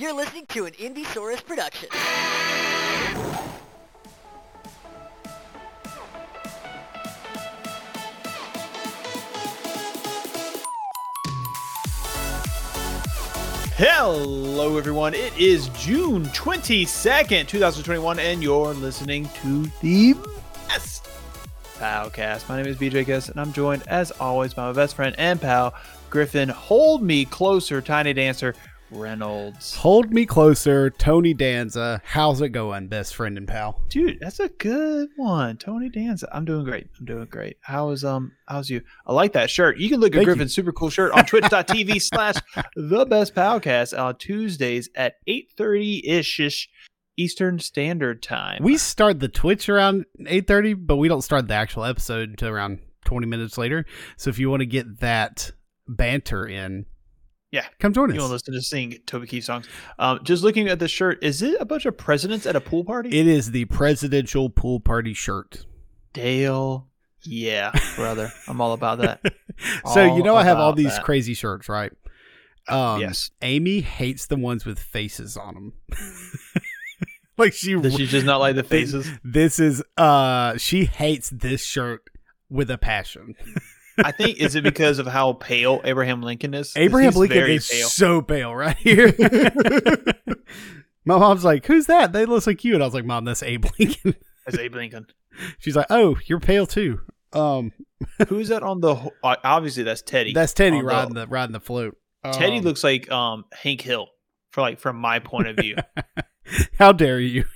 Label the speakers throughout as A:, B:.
A: You're listening to an Indiesaurus production.
B: Hello, everyone. It is June 22nd, 2021, and you're listening to the best Powcast. My name is BJ Guest, and I'm joined, as always, by my best friend and pal, Griffin. Hold me closer, Tiny Dancer Reynolds.
C: Hold me closer, Tony Danza. How's it going, best friend and pal?
B: Dude, that's a good one. Tony Danza. I'm doing great. I'm doing great. How is um how's you? I like that shirt. You can look at
C: Thank you.
B: Griffin's super cool shirt on twitch.tv slash the best Powcast on Tuesdays at 8:30 ish Eastern Standard Time.
C: We start the Twitch around eight thirty, but we don't start the actual episode until around twenty minutes later. So if you want to get that banter in,
B: Yeah.
C: come join
B: You want to
C: us.
B: listen to sing Toby Keith songs? Um, just looking at the shirt, is it a bunch of presidents at a pool party?
C: It is the presidential pool party shirt.
B: Dale, yeah, brother, I'm all about that.
C: so you
B: All
C: know I have all
B: about
C: these
B: that.
C: crazy shirts, right? Um,
B: yes.
C: Amy hates the ones with faces on them. like she
B: Does she just not like the
C: They-
B: faces?
C: This is uh she hates this shirt with a passion.
B: I think is it because of how pale Abraham Lincoln is? 'Cause
C: Abraham
B: he's
C: Lincoln
B: very
C: is
B: pale.
C: so pale right here. My mom's like, "Who's that? They look so cute." I was like, "Mom, that's Abe Lincoln."
B: That's Abe Lincoln.
C: She's like, "Oh, you're pale too." Um,
B: Who's that on the? ho- uh, Obviously, that's Teddy.
C: that's Teddy
B: on the-
C: riding the, riding the float.
B: Teddy
C: Um,
B: looks like um Hank Hill for like from my point of view.
C: How dare you?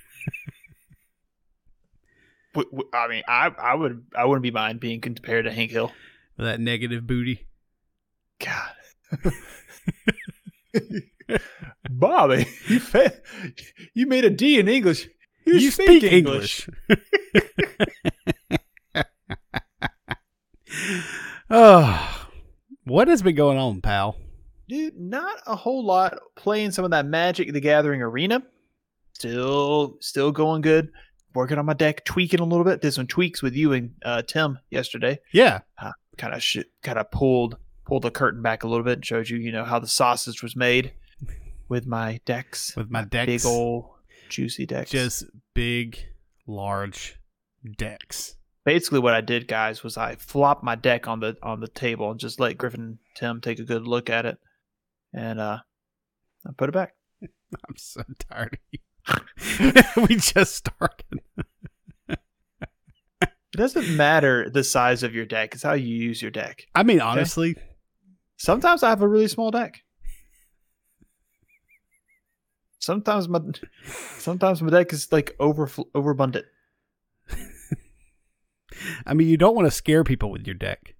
B: W- w- I mean, I I would I wouldn't be mind being compared to Hank Hill.
C: That negative booty.
B: God. Bobby, you fa- you made a D in English. You, speak, English.
C: oh, what has been going on, pal?
B: Dude, not a whole lot playing some of that Magic the Gathering arena. Still still going good. Working on my deck, tweaking a little bit. Did some tweaks with you and uh, Tim yesterday.
C: Yeah,
B: Kind of sh- kind of pulled pulled the curtain back a little bit and showed you, you know, how the sausage was made with my decks.
C: with my decks,
B: Big old juicy decks.
C: just big, large decks.
B: basically what I did, guys, was I flopped my deck on the on the table and just let Griffin and Tim take a good look at it, and uh, I put it back.
C: I'm so tired of you. we just started.
B: It doesn't matter the size of your deck; it's how you use your deck.
C: I mean, honestly,
B: Sometimes I have a really small deck. Sometimes my sometimes my deck is like over overabundant.
C: I mean, you don't want to scare people with your deck.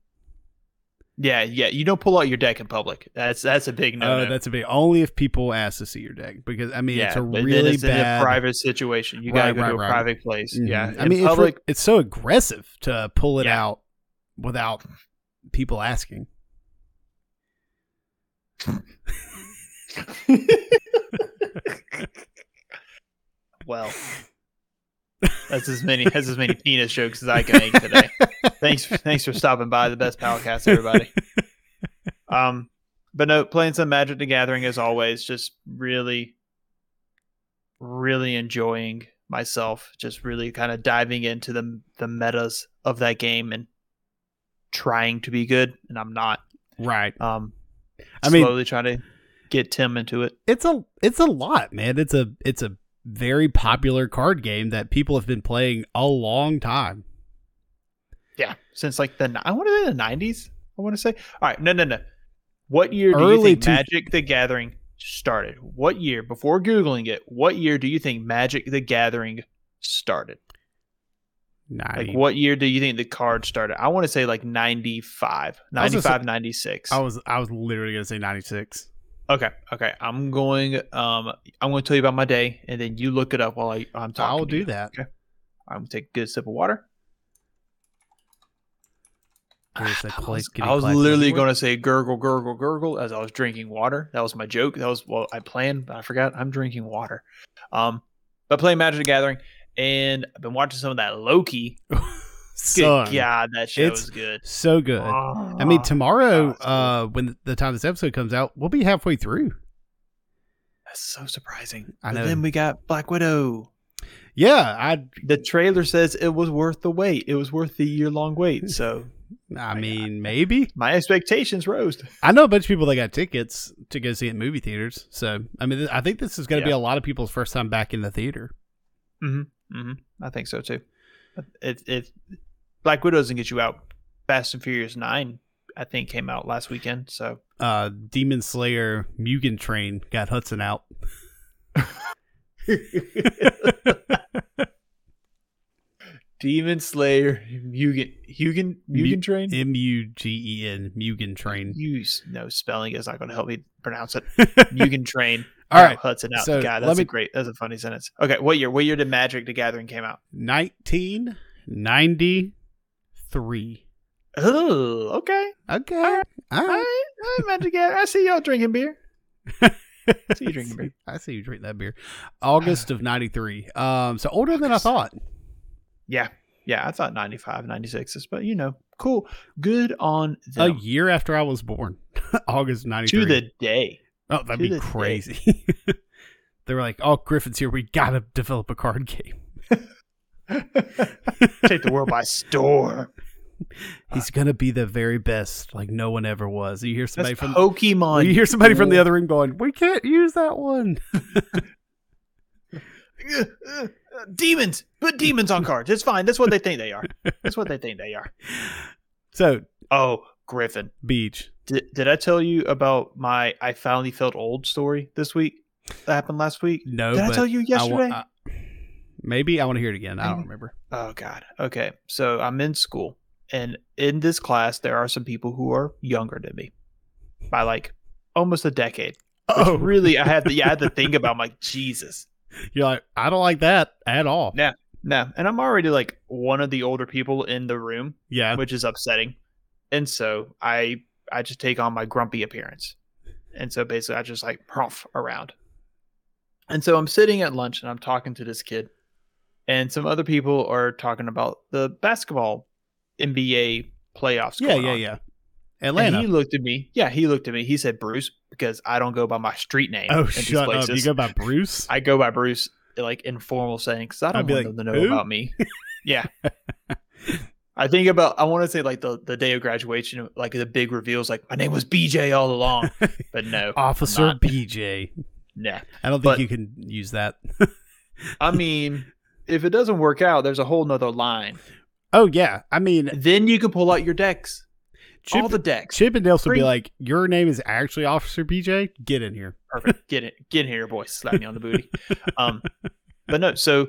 B: Yeah, yeah. You don't pull out your deck in public. That's that's a big no.
C: Oh, that's a big. Only if people ask to see your deck, because I mean, it's a
B: but then
C: really
B: it's
C: bad.
B: in a private situation. You gotta
C: Right,
B: go
C: right,
B: to a
C: right.
B: private place.
C: Mhm.
B: Yeah,
C: I
B: in
C: mean, it's, re-
B: public.
C: it's so aggressive to pull it
B: Yeah.
C: out without people asking.
B: Well, that's as many that's as many penis jokes as I can make today. thanks, thanks for stopping by the best podcast, everybody. Um, but no, playing some Magic the Gathering as always. Just really, really enjoying myself. Just really kind of diving into the the metas of that game and trying to be good, and I'm not.
C: Right.
B: Um,
C: I mean-
B: slowly trying to get Tim into it.
C: It's a it's a lot, man. It's a it's a very popular card game that people have been playing a long time.
B: Yeah, since like the ni- I want to say the nineties. I want to say all right. No, no, no. What year do you
C: Early
B: think
C: two-
B: Magic the Gathering started? What year? Before googling it, what year do you think Magic the Gathering started?
C: Ninety.
B: Like what year do you think the card started? I want to say like 95,
C: was gonna say-
B: 95, 96.
C: I was I was literally gonna say ninety six.
B: Okay, okay. I'm going. Um, I'm going to tell you about my day, and then you look it up while I, I'm talking.
C: I'll
B: to
C: do
B: you.
C: that.
B: I'm gonna take a good sip of water.
C: There's that
B: I was,
C: clickety
B: I was
C: clack
B: literally
C: keyboard.
B: going to say gurgle, gurgle, gurgle as I was drinking water. That was my joke. That was well, I planned, but I forgot. I'm drinking water. Um, but playing Magic the Gathering, and I've been watching some of that Loki. Good
C: Son,
B: God, that show
C: it's
B: is good.
C: so good. I mean,
B: Ah,
C: tomorrow,
B: God, it's good.
C: uh, when the time this episode comes out, we'll be halfway through.
B: That's so surprising.
C: I
B: But
C: know.
B: then we got Black Widow.
C: Yeah, I
B: The trailer says it was worth the wait. It was worth the year long wait. So
C: I
B: God.
C: mean maybe.
B: my expectations rose.
C: I know a bunch of people that got tickets to go see it in movie theaters. So I mean th- I think this is going to be
B: Yeah.
C: a lot of people's first time back in the theater.
B: hmm I think so too. But If if Black Widow doesn't get you out, Fast and Furious Nine I think came out last weekend. So
C: Uh Demon Slayer Mugen Train got Hudson out.
B: Demon Slayer, Mugen, Hugen,
C: Mu-
B: Mugen Train.
C: M U G E N Mugen Train.
B: You s- no spelling is not going to help me pronounce it. Mugen Train.
C: All
B: Now
C: right.
B: Hudson out.
C: so
B: God,
C: let
B: that's
C: me-
B: a great. That's a funny sentence. Okay, what year? What year did Magic: The Gathering came out?
C: 1993.
B: Oh, okay.
C: Okay.
B: All right.
C: All
B: All
C: right.
B: right, all right, Magic: Gathering. I see y'all drinking beer. I see you drinking beer.
C: I see you drink that beer. August of 93. Um so older than I
B: August.
C: thought.
B: Yeah. Yeah, I thought 95, 96 is, but you know, cool. Good on
C: A
B: them.
C: year after I was born. August of 93.
B: to the day.
C: Oh, that'd
B: To
C: be
B: the day.
C: crazy. they were like, "Oh, Griffin's here. We gotta develop a card game.
B: Take the world by storm.
C: He's gonna be the very best, like no one ever was." You hear
B: That's
C: somebody from
B: Pokemon.
C: you hear somebody from the other room going, "We can't use that one."
B: other. Demons. Put demons on cards. It's fine. That's what they think they are. That's what they think they are.
C: So,
B: Oh, Griffin.
C: Beach,
B: Did, did I tell you about my I finally felt old story this week? That happened last week?
C: no,
B: Did I
C: but
B: tell you
C: I
B: yesterday?
C: wa- I- maybe I want to hear it again. I don't
B: Maybe.
C: remember.
B: Oh God. Okay. So I'm in school, and in this class, there are some people who are younger than me by like almost a decade. Which Oh,
C: Oh.
B: really? I had to. Yeah, I had to think about. I'm like Jesus.
C: You're like, I don't like that at all.
B: No. No, and I'm already like one of the older people in the room,
C: Yeah,
B: which is upsetting. And so I I just take on my grumpy appearance, and so basically I just like humph around. And so I'm sitting at lunch and I'm talking to this kid, and some other people are talking about the basketball NBA playoffs.
C: yeah,
B: going
C: yeah,
B: on.
C: yeah.
B: And
C: Atlanta.
B: he looked at me. Yeah, he looked at me. He said Bruce because I don't go by my street name. in
C: oh,
B: these
C: shut up! You
B: places.
C: go by Bruce.
B: I go by Bruce like informal saying because I don't
C: I'd be
B: want
C: like,
B: them to know
C: "Who?"
B: about me. yeah. I think about I want to say like the, the day of graduation, like the big reveals, like my name was BJ all along, but no,
C: Officer
B: not.
C: BJ.
B: nah.
C: I don't think
B: But-
C: you can use that.
B: I mean, if it doesn't work out, there's a whole nother line.
C: oh yeah, I mean,
B: Then you can pull out your decks,
C: Chip,
B: all the decks.
C: Chip and Dale's would be
B: Bring-
C: like, "Your name is actually Officer BJ. Get in here."
B: Perfect. Get it. Get in here, boy. Slap me on the booty. Um, but no. So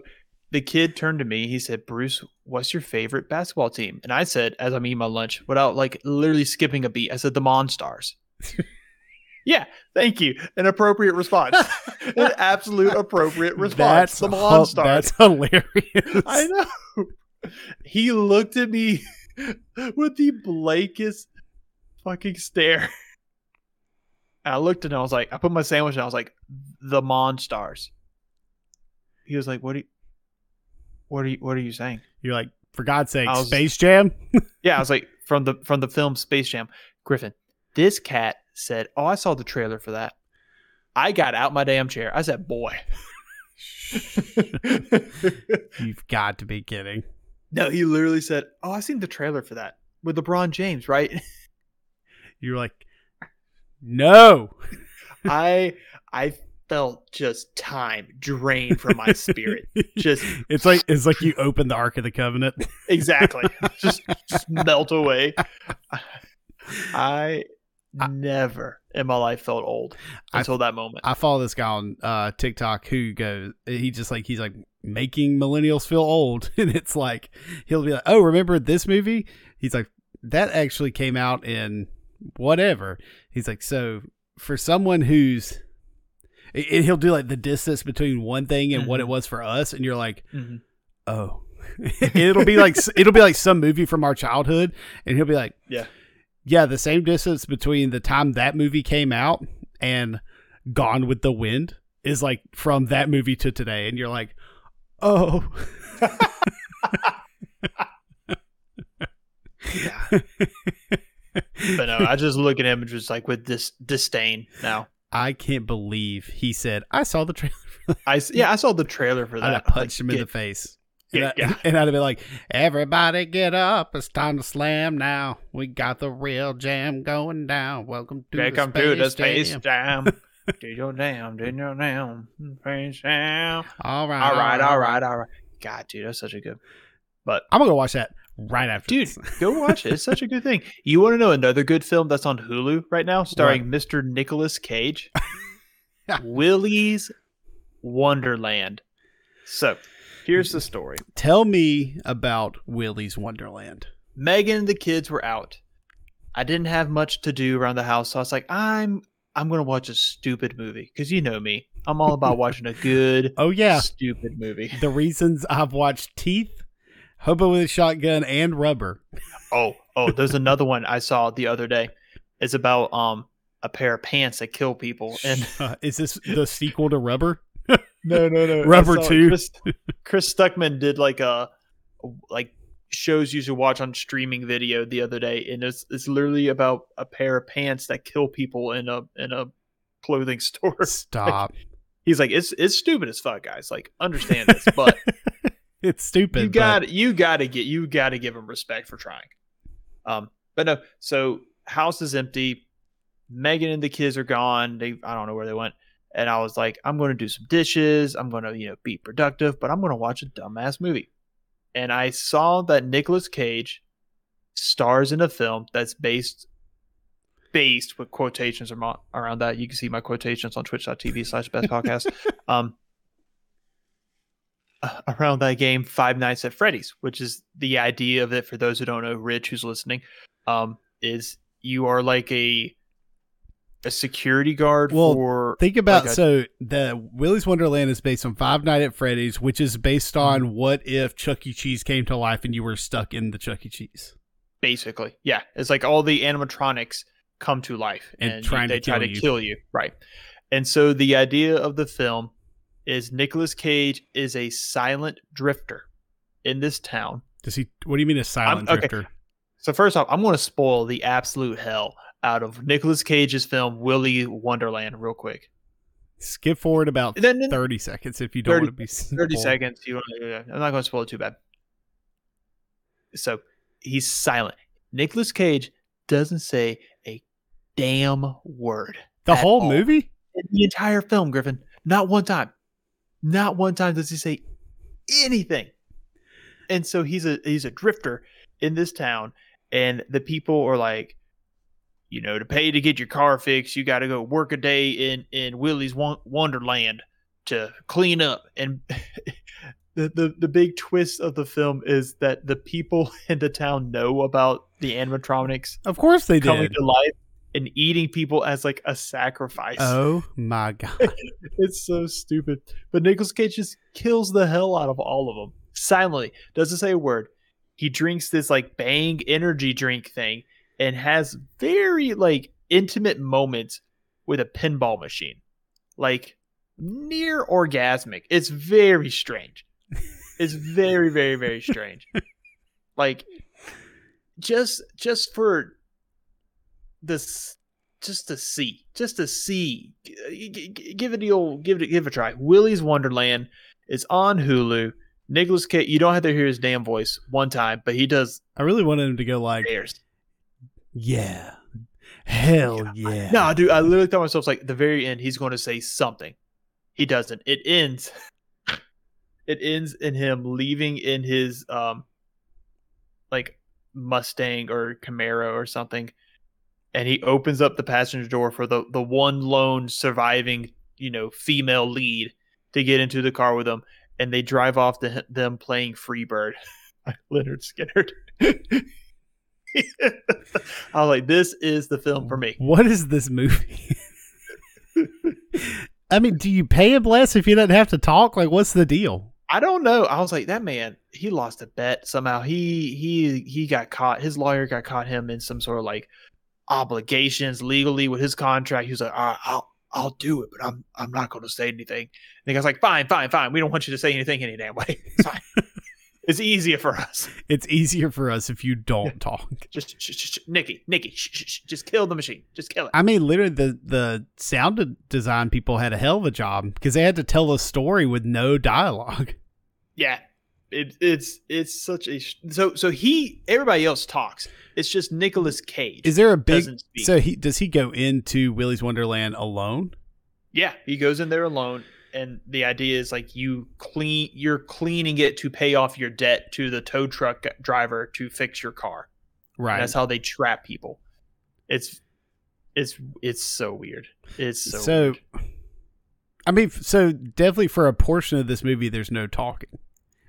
B: the kid turned to me. He said, "Bruce, what's your favorite basketball team?" And I said, as I'm eating my lunch, without like literally skipping a beat, I said, "The Monstars." yeah. Thank you. An appropriate response. An absolute appropriate response. the
C: hu-
B: Monstars.
C: That's hilarious.
B: I know. He looked at me with the blankest fucking stare. And I looked and I was like, I put my sandwich and I was like, the Monstars. He was like, What are you what are you what are you saying?
C: You're like, for God's sake,
B: I was-
C: Space Jam.
B: Yeah, I was like, from the from the film Space Jam, Griffin, this cat said, Oh, I saw the trailer for that. I got out my damn chair. I said, boy.
C: You've got to be kidding.
B: no, he literally said, Oh, I seen the trailer for that with LeBron James, right?
C: You're like, no.
B: I I felt just time drained from my spirit. Just
C: It's like it's like you open the Ark of the Covenant.
B: exactly. Just, just melt away. I, never in my life felt old
C: I-
B: until that moment.
C: I follow this guy on uh, TikTok who goes, he just like, he's like making millennials feel old. And it's like, he'll be like, oh, remember this movie? He's like, that actually came out in whatever. He's like, so for someone who's, and- and he'll do like the distance between one thing and
B: Mm-hmm.
C: what it was for us. And you're like,
B: Mhm.
C: oh, it'll be like, it'll be like some movie from our childhood. And he'll be like,
B: Yeah.
C: yeah, the same distance between the time that movie came out and Gone with the Wind is like from that movie to today, and you're like, oh,
B: Yeah. but no, I just look at him and just like with this disdain now.
C: I can't believe he said, I saw the trailer.
B: I s- yeah, I saw the trailer for
C: I'd
B: that.
C: have punched
B: Like,
C: him in the
B: get-
C: face.
B: get
C: and, I,
B: got.
C: and I'd have been like, everybody get up. It's time to slam now. We got the real jam going down. Welcome to
B: Back
C: the
B: come
C: space,
B: to the space
C: Jam.
B: jam. Do your damn, do your damn, space jam.
C: All right.
B: All right, Uh, all right, all right. God, dude, that's such a good. But
C: I'm going to watch that right after
B: Dude,
C: this.
B: go watch it. It's such a good thing. You want to know another good film that's on Hulu right now, starring Mr. Nicolas Cage? Willy's Wonderland. So, here's the story.
C: Tell me about Willy's Wonderland.
B: Megan and the kids were out. I didn't have much to do around the house, so I was like, I'm I'm gonna watch a stupid movie. Cause you know me. I'm all about watching a good
C: Oh, yeah.
B: stupid movie.
C: the reasons I've watched Teeth, Hobo with a Shotgun, and Rubber.
B: Oh, oh, there's another one I saw the other day. It's about um a pair of pants that kill people and
C: Uh, is this the sequel to Rubber?
B: No, no, no. I
C: Rubber
B: saw it.
C: too.
B: Chris, Chris Stuckman did like a like shows you should watch on streaming video the other day, and it's it's literally about a pair of pants that kill people in a in a clothing store.
C: Stop.
B: He's like, it's it's stupid as fuck, guys. Like, understand this, but
C: It's stupid.
B: you
C: but-
B: got you got to get you got to give him respect for trying. Um, but no, so house is empty. Megan and the kids are gone. They I don't know where they went. And I was like, I'm going to do some dishes. I'm going to you know be productive, but I'm going to watch a dumbass movie. And I saw that Nicolas Cage stars in a film that's based based with quotations amo- around that. You can see my quotations on twitch.tv slash best podcast. um, uh, around that game Five Nights at Freddy's, which is the idea of it for those who don't know, Rich who's listening, um, is you are like a a security guard
C: Well,
B: for
C: Think about
B: Like a-
C: so the Willy's Wonderland is based on Five Night at Freddy's, which is based
B: Mm-hmm.
C: on what if Chuck E. Cheese came to life and you were stuck in the Chuck E. Cheese
B: basically. Yeah. It's like all the animatronics come to life
C: And
B: and,
C: trying to
B: they try to
C: kill you.
B: kill you. Right. And so the idea of the film is Nicolas Cage is a silent drifter in this town.
C: Does he? What do you mean a silent
B: okay.
C: drifter?
B: So first off, I'm going to spoil the absolute hell out of Nicolas Cage's film Willy Wonderland real quick.
C: Skip forward about
B: Then in
C: thirty seconds if you don't
B: 30
C: want to be
B: 30
C: spoiled.
B: seconds, you want to, I'm not going to spoil it too bad. So he's silent. Nicolas Cage doesn't say a damn word.
C: The
B: at
C: whole
B: all.
C: movie?
B: in the entire film, Griffin. Not one time. Not one time does he say anything. And so he's a he's a drifter in this town, and the people are like, you know, to pay to get your car fixed, you got to go work a day in in Willie's Won- Wonderland to clean up. And the, the the big twist of the film is that the people in the town know about the animatronics
C: Of course they
B: coming
C: did.
B: to life and eating people as like a sacrifice.
C: Oh my god!
B: It's so stupid. But Nicolas Cage just kills the hell out of all of them silently. Doesn't say a word. He drinks this like bang energy drink thing and has very like intimate moments with a pinball machine. Like near orgasmic. It's very strange. It's very very very strange. like just just for this just to see, just to see, G- g- g- give it the old, give it, give it a try. Willy's Wonderland is on Hulu. Nicholas Cage, you don't have to hear his damn voice one time, but he does
C: I really wanted him to go like,
B: theirs.
C: yeah, hell yeah.
B: No, dude, I literally thought myself like the very end, he's going to say something. He doesn't. It ends. It ends in him leaving in his um, like Mustang or Camaro or something, and he opens up the passenger door for the the one lone surviving you know female lead to get into the car with him, and they drive off to h- them playing Freebird by Leonard Skinner. I was like, this is the film for me.
C: What is this movie? I mean, do you pay him less if you don't have to talk? Like, what's the deal?
B: I don't know. I was like, that man, he lost a bet somehow. He he he got caught. His lawyer got caught him in some sort of like obligations legally with his contract. He was like, All right, I'll I'll do it, but I'm I'm not going to say anything. And the guy's like, fine, fine, fine. We don't want you to say anything any damn way. It's fine. It's easier for us.
C: It's easier for us if you don't talk.
B: Just sh- sh- sh- Nikki, Nikki, sh- sh- sh- just kill the machine. Just kill it.
C: I mean, literally, the the sound de- design people had a hell of a job because they had to tell a story with no dialogue.
B: yeah, it, it's it's such a sh- so so he everybody else talks. It's just Nicolas Cage.
C: Is there a big?
B: doesn't speak.
C: So he does he go into Willy's Wonderland alone?
B: Yeah, he goes in there alone, and the idea is like you clean, you're cleaning it to pay off your debt to the tow truck driver to fix your car.
C: Right.
B: That's how they trap people. It's it's it's so weird. It's so,
C: So-
B: weird.
C: I mean, f- so definitely for a portion of this movie, there's no talking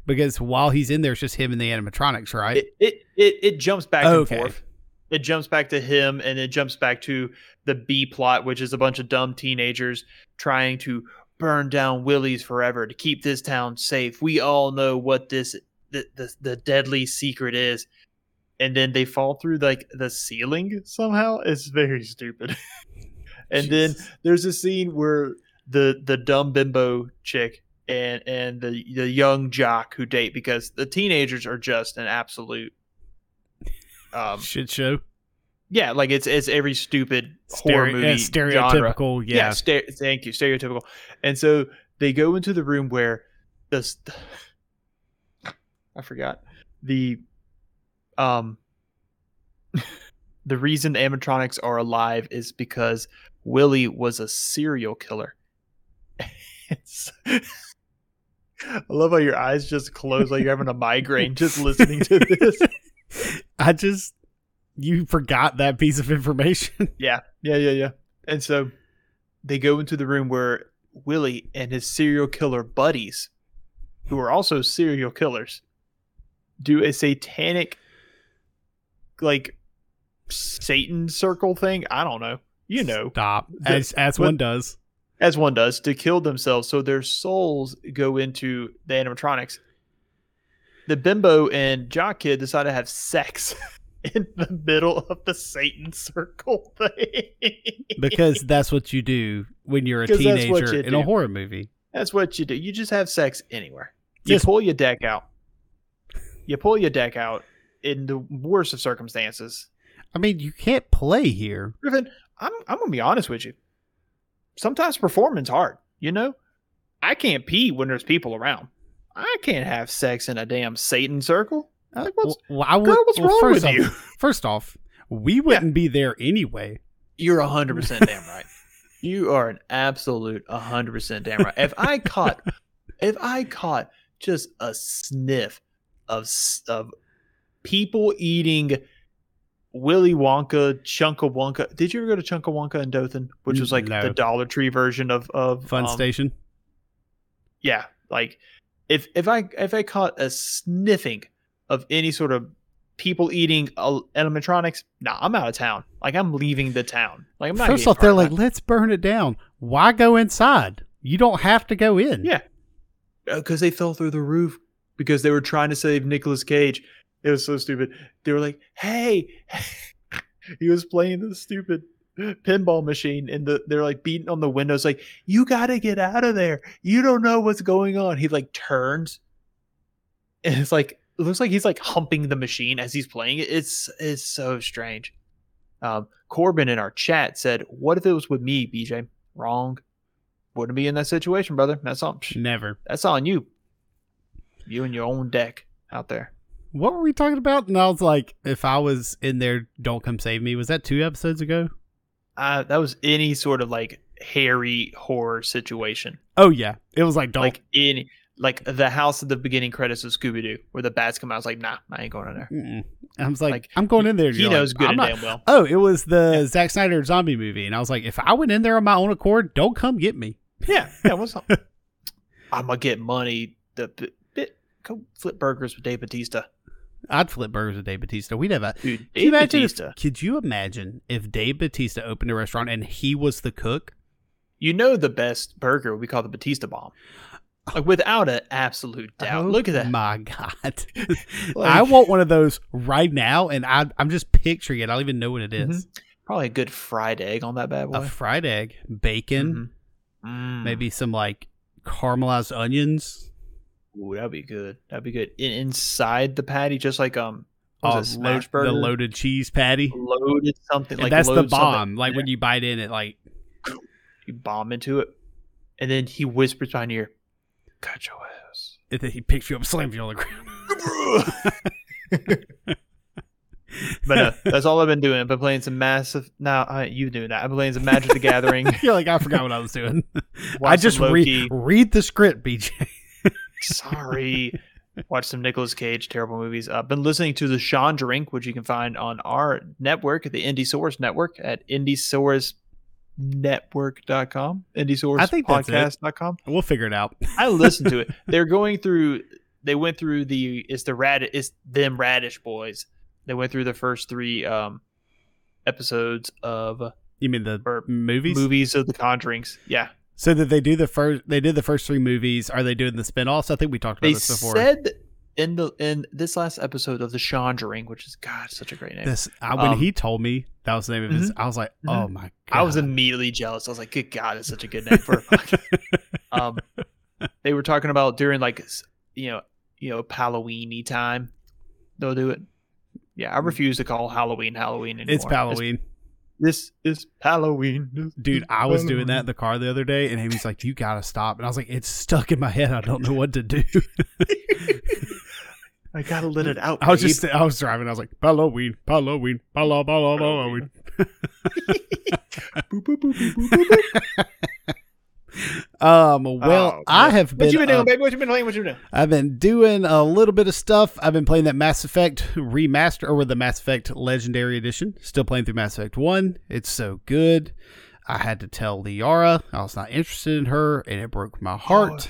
C: because while he's in there, it's just him and the animatronics, right?
B: It, it it it jumps back
C: Okay.
B: and forth. It jumps back to him, and it jumps back to the B plot, which is a bunch of dumb teenagers trying to burn down Willie's forever to keep this town safe. We all know what this the the, the deadly secret is. And then they fall through like the ceiling somehow. It's very stupid. and then
C: Jesus.
B: there's a scene where the the dumb bimbo chick and and the the young jock who date because the teenagers are just an absolute um
C: shit show,
B: yeah like it's it's every stupid horror
C: Stere-
B: movie
C: yeah,
B: genre.
C: stereotypical, Oh, yeah.
B: yeah ste- thank you stereotypical and so they go into the room where the st- i forgot the um the reason animatronics are alive is because willie was a serial killer It's- i love how your eyes just close like you're having a migraine just listening to this
C: I just you forgot that piece of information.
B: Yeah, yeah, yeah. And so they go into the room where Willie and his serial killer buddies, who are also serial killers, do a satanic, like, Satan circle thing. I don't know. You know,
C: Stop.
B: The-
C: As as
B: what-
C: one does.
B: as one does, to kill themselves. So their souls go into the animatronics. The bimbo and jock kid decide to have sex in the middle of the Satan circle thing.
C: Because that's what you do when you're a
B: 'Cause that's what
C: teenager
B: you
C: in
B: do.
C: a horror movie.
B: That's what you do. You just have sex anywhere. You
C: Just-
B: pull your deck out. You pull your deck out in the worst of circumstances.
C: I mean, you can't play here.
B: Griffin, I'm I'm gonna be honest with you. Sometimes performing's hard, you know? I can't pee when there's people around. I can't have sex in a damn Satan circle. Like, what's,
C: Well, I would-
B: girl, what's
C: well,
B: wrong
C: first
B: with
C: off-
B: you?
C: First off, we wouldn't be there anyway.
B: You're hundred percent damn right. You are an absolute hundred percent damn right. If I caught, if I caught just a sniff of s- of people eating Willy Wonka, Chunkawonka. Did you ever go to Chunkawonka in Dothan, which was like
C: No.
B: the Dollar Tree version of of
C: Fun
B: um,
C: station.
B: Yeah, like if if I if I caught a sniffing of any sort of people eating uh, animatronics, nah, I'm out of town. Like I'm leaving the town. Like I'm not.
C: First
B: getting
C: off, they're
B: part of
C: like, let's burn it down. Why go inside? You don't have to go in.
B: Yeah. because uh, they fell through the roof because they were trying to save Nicolas Cage. It was so stupid. They were like, "Hey," he was playing the stupid pinball machine, and the, they're like beating on the windows, like, "You got to get out of there! You don't know what's going on." He like turns, and it's like it looks like he's like humping the machine as he's playing it. It's it's so strange. Um, Corbin in our chat said, "What if it was with me, BJ?" Wrong. Wouldn't be in that situation, brother. That's all.
C: Never.
B: That's on you. You and your own deck out there.
C: What were we talking about? And I was like, if I was in there, don't come save me. Was that two episodes ago?
B: Uh, that was any sort of like hairy horror situation.
C: Oh yeah, it was like don't.
B: Like any like the house at the beginning credits of Scooby Doo, where the bats come out. I was like, nah, I ain't going in there.
C: Mm-mm. I was like,
B: like,
C: I'm going in there.
B: He
C: You're
B: knows
C: like,
B: good and
C: I'm not-
B: damn well.
C: Oh, it was the Zack Snyder zombie movie, and I was like, if I went in there on my own accord, don't come get me.
B: Yeah, yeah. What's up? I'm gonna get money. The bit, bit go flip burgers with Dave Batista,
C: I'd flip burgers with Dave Batista. We'd have a.
B: dude.
C: Could you,
B: Dave
C: imagine if-
B: Batista.
C: could you imagine if Dave Batista opened a restaurant and he was the cook?
B: You know the best burger would be called the Batista bomb. Like without an absolute doubt.
C: Oh,
B: Look at that.
C: My God. I
B: Like-
C: want one of those right now, and I, I'm just picturing it. I don't even know what it is.
B: Probably a good fried egg on that bad Mm-hmm. boy.
C: A fried egg, bacon,
B: Mhm. Mm.
C: maybe some like caramelized onions.
B: Ooh, that'd be good. That'd be good. In, inside the patty, just like um,
C: Oh,
B: what was it,
C: lo-
B: smash burger,
C: the loaded cheese patty.
B: loaded something.
C: And
B: like
C: that's the
B: load something
C: bomb.
B: in
C: Like
B: there.
C: when you bite in it, like
B: you bomb into it, and then he whispers behind your, ear, "Got your ass."
C: and then he picks you up, slams you on the ground.
B: But uh, that's all I've been doing. I've been playing some massive. Now nah, I- you do that. I've been playing some Magic the Gathering.
C: You're like, I forgot what I was doing. I
B: watched
C: just
B: some
C: re-
B: Loki.
C: read the script, BJ.
B: Sorry. Watch some Nicolas Cage terrible movies. I've been listening to the Sean Drink, which you can find on our network, the Indie Source Network at indiesourcenetwork.com. Indiesource
C: I think that's it.
B: podcast.com.
C: We'll figure it out.
B: I listened to it. They're going through. They went through the. It's the rad. It's them radish boys. They went through the first three um episodes of
C: You mean the
B: Or
C: movies?
B: movies, of the Conjurings. Yeah,
C: So that they do the first, they did the first three movies. Are they doing the spinoffs? I think we talked about
B: they
C: this before.
B: said in the in this last episode of the Conjuring, which is God, such a great name.
C: this I, when
B: um, mm-hmm,
C: he told me that was the name of his. I was like, oh my god!
B: I was immediately jealous. I was like, "Good God, that's such a good name for a podcast." um, they were talking about during like s- you know you know Halloweeny time. They'll do it. Yeah, I refuse to call Halloween Halloween anymore.
C: Mm. It's Halloween,
B: This is Halloween, This
C: dude.
B: is
C: I was doing that in
B: Halloween.
C: the car the other day, and Amy's like, "You gotta stop!" And I was like, "It's stuck in my head. I don't know what to do."
B: I gotta let it out.
C: I was
B: babe.
C: just, I was driving. I was like, "Halloween, Halloween, Halloween, Halloween."
B: Boop, boop, boop, boop, boop, boop, boop.
C: Um, well,
B: Oh,
C: I
B: man.
C: have been.
B: What you been doing,
C: up-
B: baby? What you been playing? What you been doing?
C: I've been doing a little bit of stuff. I've been playing that Mass Effect remaster or with the Mass Effect Legendary Edition. Still playing through Mass Effect 1. It's so good. I had to tell Liara I was not interested in her and it broke my heart.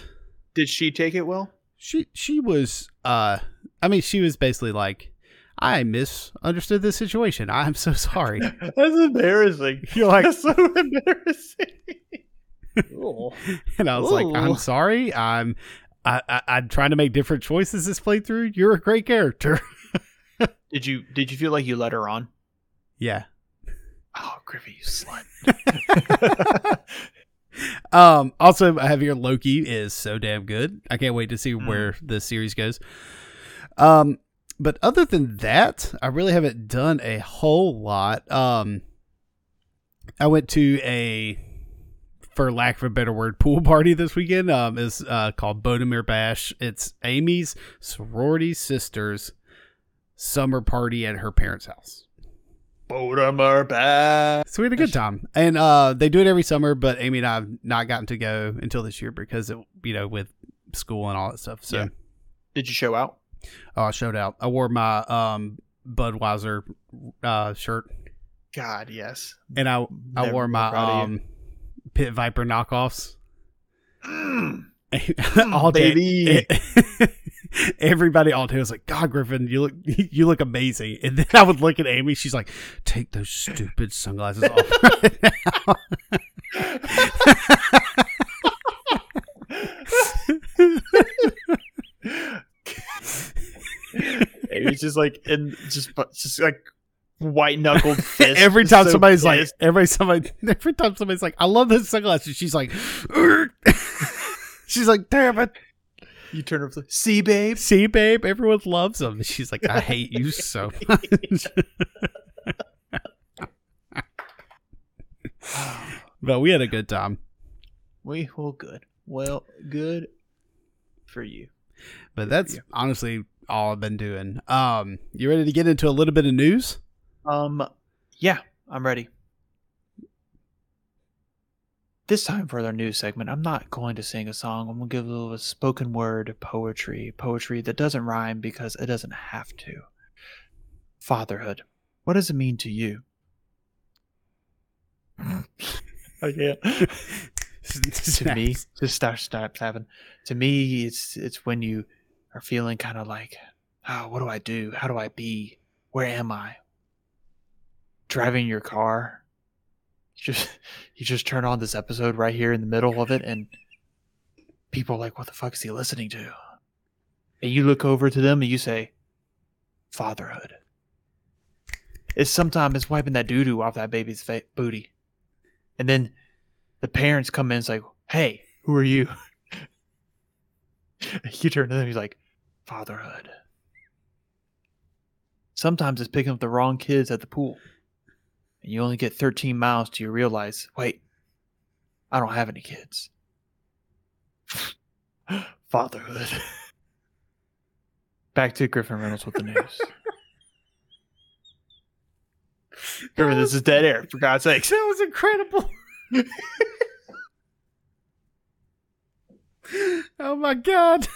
B: Did she take it well?
C: She she was uh I mean she was basically like I misunderstood this situation. I'm so sorry.
B: That's embarrassing.
C: You're like
B: so embarrassing.
C: and I was like
B: Ooh.
C: I'm sorry. I'm I, I I'm trying to make different choices this playthrough. You're a great character.
B: Did you did you feel like you let her on?
C: yeah.
B: Oh, Griffey, you slut.
C: Um, also, I have here Loki is so damn good. I can't wait to see
B: Mm.
C: where the series goes. Um, but other than that, I really haven't done a whole lot. Um, I went to a, for lack of a better word, pool party this weekend. Um, is uh, called Bodemir Bash. It's Amy's sorority sister's summer party at her parents' house.
B: Bodemer back.
C: So we had a good time, and uh, they do it every summer. But Amy and I have not gotten to go until this year because it, you know, with school and all that stuff. So
B: Yeah. Did you show out?
C: oh, I showed out. I wore my um, Budweiser uh, shirt,
B: God, yes.
C: and I I
B: They're
C: wore my
B: proud of you.
C: um, Pit Viper knockoffs
B: Mm,
C: all day.
B: baby.
C: Everybody all day was like, "God, Griffin, you look you look amazing." And then I would look at Amy. She's like, "Take those stupid sunglasses off."
B: It was just like and just just like white knuckled fist.
C: every time
B: So
C: somebody's like,
B: pissed.
C: every somebody, every time somebody's like, I love those sunglasses. She's like, "Urgh." she's like, damn it,
B: you turn over, see, babe.
C: see, babe, everyone loves them. She's like, I hate you so much. but we had a good time.
B: We well, good. Well, good for you.
C: But that's
B: Yeah.
C: honestly all I've been doing. Um, you ready to get into a little bit of news?
B: Um, yeah, I'm ready. This time for our news segment, I'm not going to sing a song. I'm gonna give a little spoken word poetry, poetry that doesn't rhyme because it doesn't have to. Fatherhood, what does it mean to you? oh yeah. to me just start start having to me it's it's when you are feeling kind of like oh what do i do how do i be where am i driving your car you just you just turn on this episode right here in the middle of it and people are like what the fuck is he listening to and you look over to them and you say fatherhood it's sometimes it's wiping that doo-doo off that baby's fa- booty and then the parents come in and say, Hey, who are you? you turn to them. He's like, fatherhood. Sometimes it's picking up the wrong kids at the pool, and you only get 13 miles till you realize, wait, I don't have any kids. fatherhood. Back to Griffin Reynolds with the news. Remember, this is dead air. For God's sakes.
C: That was incredible. oh my god.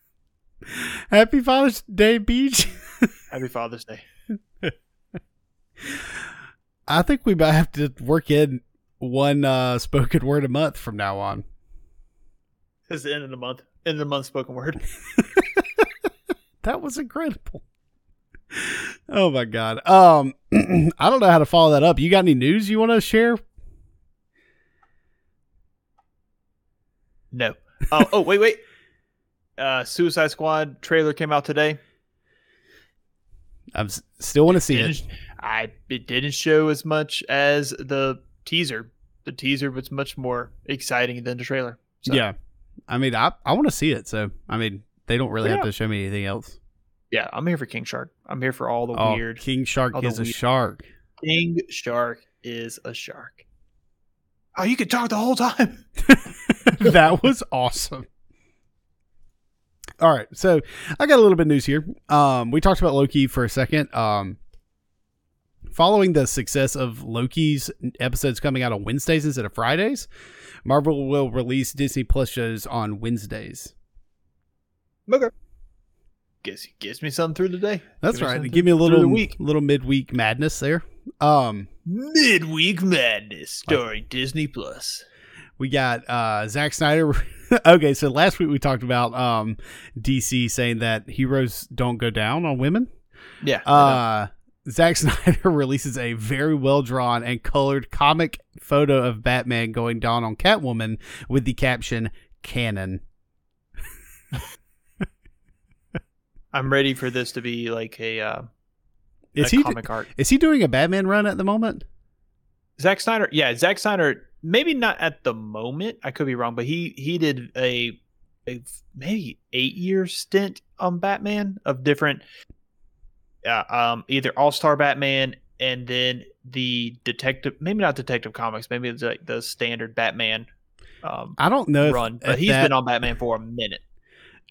C: Happy Father's Day Beach.
B: Happy Father's Day.
C: I think we might have to work in one uh, spoken word a month from now on.
B: This is the end of the month. End of the month spoken word.
C: That was incredible. Oh my god. Um I don't know how to follow that up. You got any news you want to share?
B: No. Oh, oh, wait, wait. Uh, Suicide Squad trailer came out today.
C: I am still want to see it.
B: Didn't- I it didn't show as much as the teaser. The teaser was much more exciting than the trailer. So,
C: Yeah. I mean, I I want to see it, so I mean, they don't really
B: Yeah.
C: have to show me anything else.
B: yeah. I'm here for King Shark. I'm here for all the
C: Oh,
B: weird.
C: King Shark
B: all the
C: is a
B: weird-
C: shark.
B: King Shark is a shark. Oh, you could talk the whole time.
C: that was awesome. All right, so I got a little bit of news here. Um, we talked about Loki for a second. Um, following the success of Loki's episodes coming out on Wednesdays instead of Fridays, Marvel will release Disney Plus shows on Wednesdays.
B: Okay. Gives gives me something through the day.
C: That's
B: Give me
C: right.
B: something
C: Give me a
B: through
C: little
B: the week.
C: little midweek madness there. Um,
B: Midweek Madness, starring Disney Plus.
C: We got uh, Zack Snyder. okay, so last week we talked about um, DC saying that heroes don't go down on women.
B: Yeah.
C: Uh, Zack Snyder releases a very well drawn and colored comic photo of Batman going down on Catwoman with the caption "Canon."
B: I'm ready for this to be like a, uh,
C: Is
B: a
C: he
B: comic art.
C: is he doing a Batman run at the moment?
B: Zack Snyder, yeah, Zack Snyder. Maybe not at the moment. I could be wrong, but he he did a, a maybe eight year stint on Batman of different, uh, um, either All Star Batman and then the detective. Maybe not Detective Comics. Maybe it's like the standard Batman. Um,
C: I don't know. If,
B: run,
C: if
B: but he's
C: that-
B: been on Batman for a minute.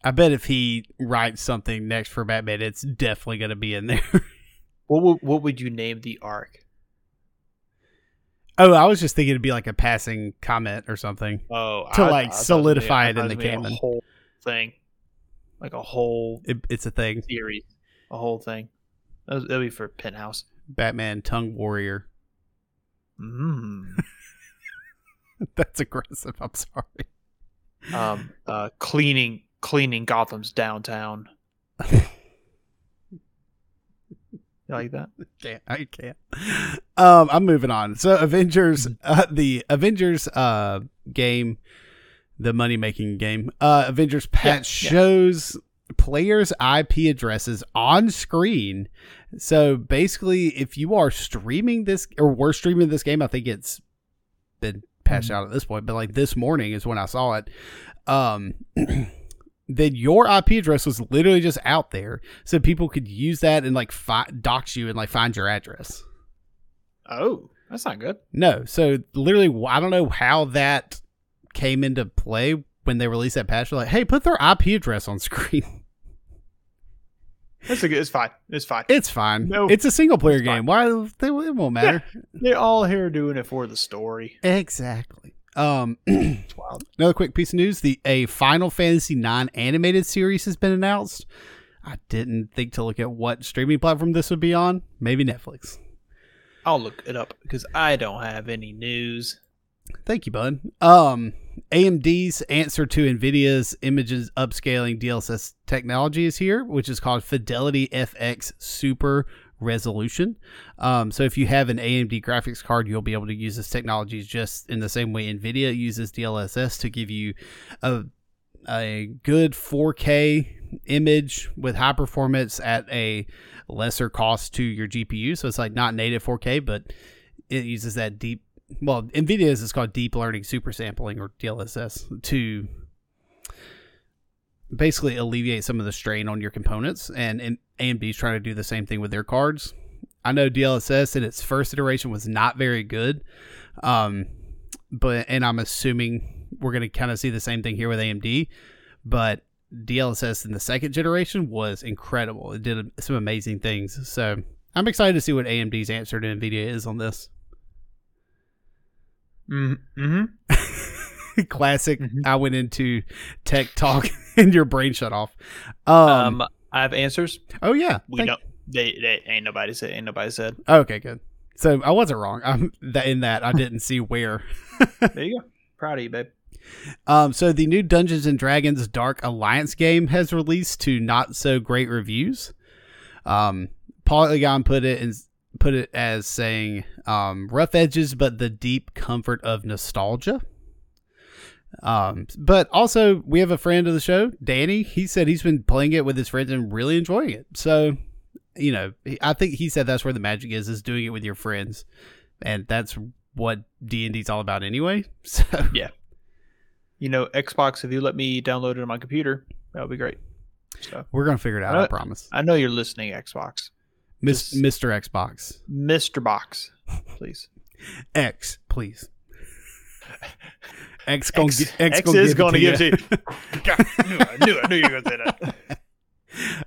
C: I bet if he writes something next for Batman, it's definitely going to be in there.
B: What would, what would you name the arc?
C: oh, I was just thinking it'd be like a passing comment or something.
B: Oh,
C: To,
B: thought
C: like,
B: it was
C: solidify
B: gonna- I
C: it
B: thought
C: in the
B: was gonna be
C: canon.
B: A whole thing, like a whole
C: It, it's a thing.
B: series, a whole thing. That will be for Penthouse.
C: Batman Tongue Warrior.
B: Mm.
C: That's aggressive. I'm sorry.
B: um, uh, cleaning cleaning Gotham's downtown. You like that?
C: Can't I can't. Um, I'm moving on. So Avengers, uh, the Avengers uh game, the money making game. Uh, Avengers patch
B: yeah.
C: shows players' IP addresses on screen. So basically, if you are streaming this or were streaming this game, I think it's been patched out at this point. But like this morning is when I saw it. Um. Then your IP address was literally just out there, so people could use that and like fi- dox you and like find your address.
B: Oh, that's not good.
C: No, so literally, wh- I don't know how that came into play when they released that patch. They're Like, hey, put their IP address on screen.
B: It's a good. It's fine. It's fine.
C: It's fine.
B: No.
C: it's a single player
B: It's
C: game.
B: fine.
C: Why? They, it won't matter.
B: They're all here doing it for the story.
C: Exactly. Um,
B: It's wild.
C: another quick piece of news: the a Final Fantasy IX animated series has been announced. I didn't think to look at what streaming platform this would be on. Maybe Netflix.
B: I'll look it up because I don't have any news.
C: Thank you, bud. Um, AMD's answer to NVIDIA's images upscaling DLSS technology is here, which is called Fidelity FX Super Resolution. Um, so if you have an AMD graphics card, you'll be able to use this technology just in the same way NVIDIA uses DLSS to give you a a good 4K image with high performance at a lesser cost to your GPU. So it's like not native 4K, but it uses that deep well nvidia's is called deep learning super sampling or dlss to basically alleviate some of the strain on your components. And, and AMD's trying to do the same thing with their cards. I know DLSS in its first iteration was not very good, um, but and I'm assuming we're going to kind of see the same thing here with AMD. But DLSS in the second generation was incredible. It did some amazing things. So I'm excited to see what AMD's answer to NVIDIA is on this.
B: Mm-hmm.
C: Classic.
B: Mhm.
C: I went into tech talk and your brain shut off. Um,
B: Um, I have answers.
C: oh yeah.
B: We
C: Thank-
B: don't. They, they ain't nobody said. Ain't nobody said.
C: Okay, good. So I wasn't wrong. I'm that in that I didn't see where.
B: There you go. Proud of you, babe.
C: Um, so the new Dungeons and Dragons Dark Alliance game has released to not so great reviews. Um, Polygon put it in, put it as saying um, rough edges, but the deep comfort of nostalgia. Um, but also we have a friend of the show, Danny. He said he's been playing it with his friends and really enjoying it. So, you know, he- I think he said that's where the magic is: is doing it with your friends, and that's what D and D's all about anyway. So.
B: You know, Xbox. If you let me download it on my computer, that would be great. So
C: We're gonna figure it out. I
B: Uh,
C: promise,
B: I know you're listening, Xbox,
C: Mis-
B: just-
C: Mr. Xbox
B: Mister Box, please.
C: X, please. X, gonna
B: X,
C: gi- X,
B: X is
C: gonna
B: going to give it
C: you.
B: to you. God, I knew, it, I knew, it, I knew you were going to say that.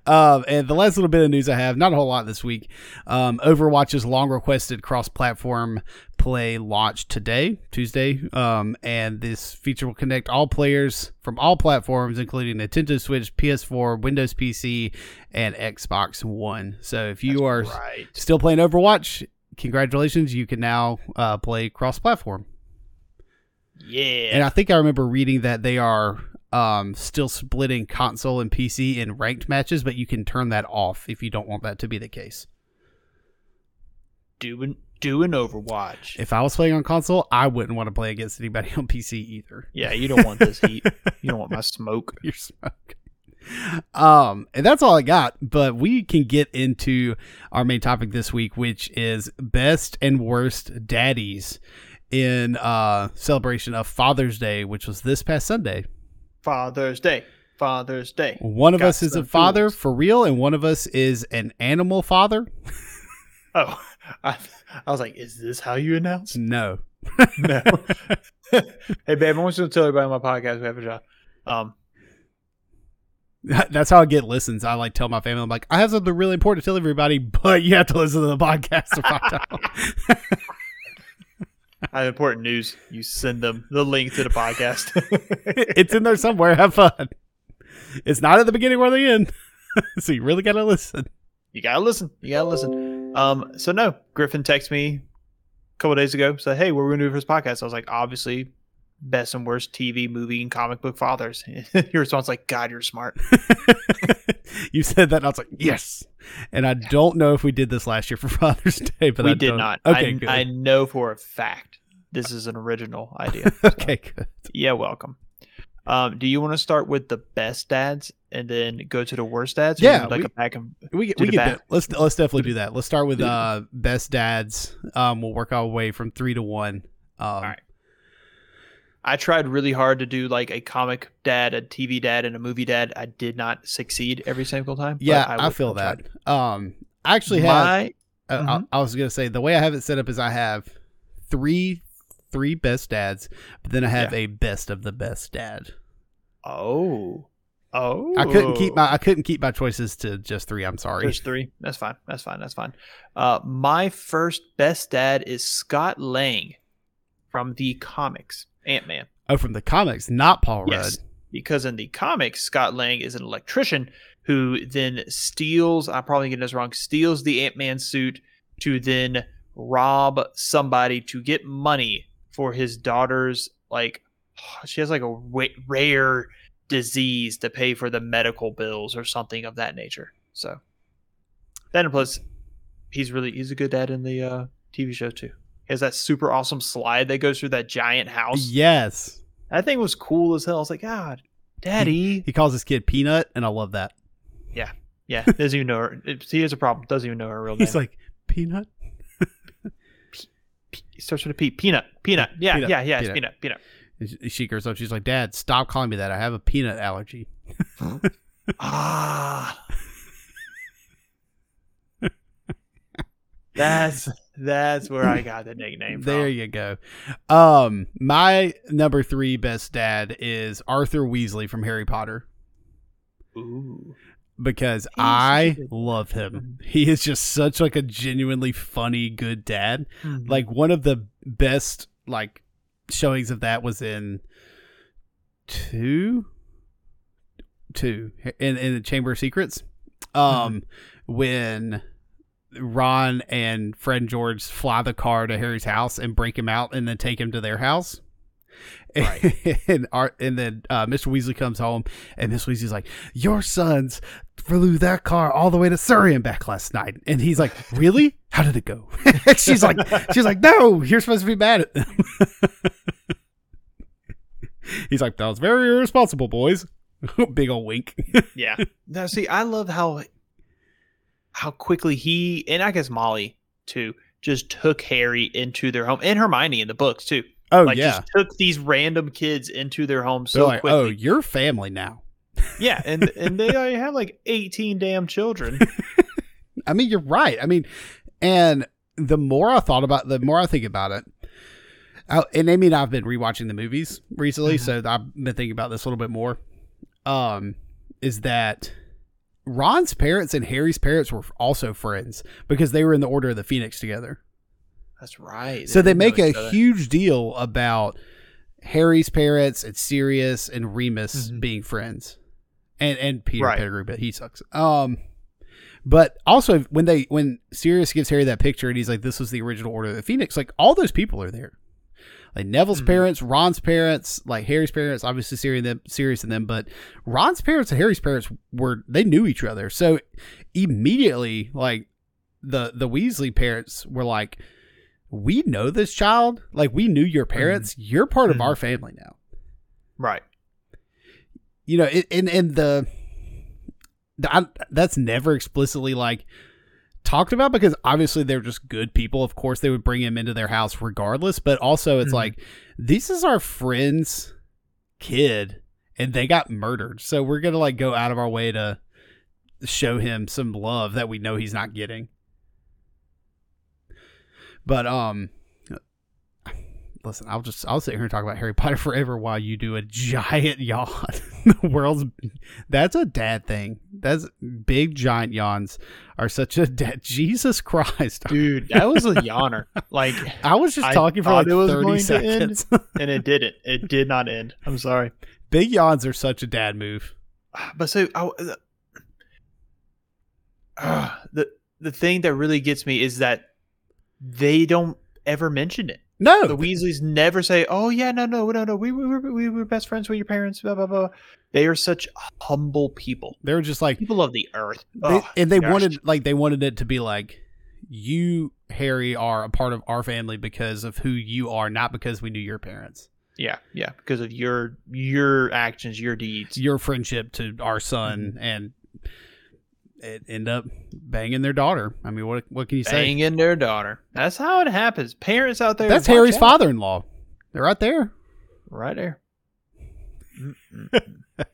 C: Um, and the last little bit of news I have, not a whole lot this week. Um, Overwatch's long requested cross platform play launched today, Tuesday. Um, and this feature will connect all players from all platforms, including Nintendo Switch, PS4, Windows PC, and Xbox One. So if you are
B: right.
C: still playing Overwatch, congratulations, you can now uh, play cross platform. And
B: Yeah.
C: I think I remember reading that they are um, still splitting console and PC in ranked matches, but you can turn that off if you don't want that to be the case.
B: Doing doing Overwatch.
C: If I was playing on console, I wouldn't want to play against anybody on PC either.
B: Yeah, you don't want this heat. You don't want my smoke.
C: You're smoke. Um, and that's all I got. But we can get into our main topic this week, which is best and worst daddies in uh celebration of Father's Day, which was this past Sunday.
B: Father's Day. Father's Day.
C: One of
B: Got
C: us is a
B: some
C: father
B: tools.
C: for real, and one of us is an animal father.
B: Oh, I, I was like, is this how you announce?
C: No.
B: No. hey, babe, I want you to tell everybody on my podcast we have a job. Um,
C: That's how I get listens. I like tell my family, I'm like, I have something really important to tell everybody, but you have to listen to the podcast. to find out."
B: I have important news. You send them the link to the podcast.
C: it's in there somewhere. Have fun. It's not at the beginning or the end. so you really got to listen.
B: you gotta listen. You gotta listen. Um, so no, Griffin texted me a couple days ago. Said, "Hey, what are we gonna do for this podcast?" I was like, "Obviously, best and worst TV, movie, and comic book fathers." Your response was like, "God, you're smart."
C: you said that, and I was like, yes. And I don't know if we did this last year for Father's Day, but
B: we
C: I
B: did
C: don't-
B: not.
C: Okay,
B: I,
C: good.
B: I know for a fact this is an original idea.
C: okay, good.
B: yeah, welcome. Um, do you want to start with the best dads and then go to the worst dads? Or
C: Yeah,
B: you would like
C: we-
B: a back and
C: We,
B: Do
C: we
B: the
C: can
B: ba-
C: do- let's let's definitely do that. Let's start with
B: do the-
C: uh best dads. Um, we'll work our way from three to one. Um,
B: right. I tried really hard to do like a comic dad, a TV dad, and a movie dad. I did not succeed every single time. but
C: yeah, I,
B: would-
C: feel
B: I tried.
C: that. Um, I actually have.
B: My,
C: uh,
B: mhm.
C: I, I was gonna say the way I have it set up is I have three three best dads, but then I have a best of the best dad.
B: oh, oh,
C: I couldn't keep my I couldn't keep my choices to just three. I'm sorry.
B: There's three. That's fine. That's fine. That's fine. Uh, my first best dad is Scott Lang from the comics Ant Man.
C: Oh, from the comics, not Paul
B: Yes. Because in the comics, Scott Lang is an electrician who then steals, I'm probably getting this wrong, steals the Ant Man suit to then rob somebody to get money for his daughter's, like, she has like a wa- rare disease to pay for the medical bills or something of that nature. So, that and plus, he's really, he's a good dad in the uh, TV show too. He has that super awesome slide that goes through that giant
C: Rudd.
B: house.
C: Yes,
B: That thing was cool as hell. I was like, God, Daddy.
C: he calls his kid Peanut, and I love that.
B: yeah, doesn't even know her. It, he has a problem. Doesn't even know her real name.
C: He's like Peanut.
B: P- starts with a P. Peanut. Peanut. Yeah,
C: Peanut,
B: yeah, yeah. It's
C: peanut.
B: peanut. Peanut.
C: And she, she goes up. She's like, "Dad, stop calling me that. I have a peanut allergy."
B: Ah. that's that's where I got the nickname
C: There
B: from.
C: you go. Um, my number three best dad is Arthur Weasley from Harry Potter
B: Ooh.
C: because
B: He's
C: I
B: such a good
C: love him.
B: dad.
C: He is just such like a genuinely funny, good dad.
B: Mm-hmm.
C: Like one of the best like showings of that was in two, two in in the Chamber of Secrets, um, when. Ron and friend George fly the car to Harry's house and break him out and then take him to their house. Right. and Ar- and then uh, Mr. Weasley comes home and Mr. Weasley's like, "Your sons flew that car all the way to Surrey and back last night." And he's like, "Really? How did it go?"
B: Hmm.
C: she's like, "She's like, no, you're supposed to be mad at them." he's like, "That was very irresponsible, boys." Big old wink.
B: yeah. Now see, I love how how quickly he and I guess Molly too just took Harry into their home and Hermione in the books too.
C: Oh
B: like
C: yeah,
B: just took these random kids into their home
C: they're
B: so
C: like, "Oh,
B: quickly.
C: you're family now."
B: yeah, and and they already have like eighteen damn children.
C: I mean, you're right. I mean, and the more I thought about, the more I think about it. I, and Amy and I've been rewatching the movies recently,
B: Mm-hmm.
C: so I've been thinking about this a little bit more. Um, is that Ron's parents and Harry's parents were also friends because they were in the Order of the Phoenix together.
B: That's right.
C: so they
B: didn't know
C: make a
B: each other.
C: huge deal about Harry's parents and Sirius and Remus
B: Mhm.
C: being friends, and and Peter
B: Right.
C: Pettigrew, but he sucks. Um, but also when they when Sirius gives Harry that picture and he's like, "This was the original Order of the Phoenix," like all those people are there, like Neville's
B: Mhm.
C: parents, Ron's parents, like Harry's parents, obviously Sirius and them, Sirius and them, but Ron's parents and Harry's parents were they knew each other, so immediately like the the Weasley parents were like, "We know this child. Like we knew your parents. You're part of
B: Mhm.
C: our family now."
B: right.
C: You know, it, and and the, the I, that's never explicitly like talked about because obviously they're just good people. Of course, they would bring him into their house regardless. But also, it's
B: Mhm.
C: like this is our friend's kid, and they got murdered. So we're gonna like go out of our way to show him some love that we know he's not getting. But um listen, I'll just I'll sit here and talk about Harry Potter forever while you do a giant yawn. the world's that's a dad thing. That's big giant yawns are such a dad. Jesus Christ.
B: Dude, that was a yawner. Like
C: I was just
B: I
C: talking for
B: thought
C: like
B: it was
C: 30
B: going to end.
C: seconds.
B: and it didn't. It did not end. I'm sorry.
C: big yawns are such a dad move.
B: But so I w- the- Ah, the the thing that really gets me is that they don't ever mention it.
C: No.
B: The Weasleys never say, "Oh yeah, no, no, no, no, we we were we were best friends with your parents." Blah blah blah. They are such humble people,
C: they were just like
B: people of the earth.
C: they,
B: Oh,
C: and they
B: gosh.
C: wanted like they wanted it to be like you harry are a part of our family because of who you are not because we knew your parents
B: yeah, yeah, because of your your actions, your deeds.
C: it's your friendship to our son and it end up banging their daughter i mean what what can you say
B: banging their daughter. That's how it happens. Parents out there.
C: that's
B: watch
C: harry's
B: out.
C: father-in-law they're right there
B: Right there. Mm-mm-mm.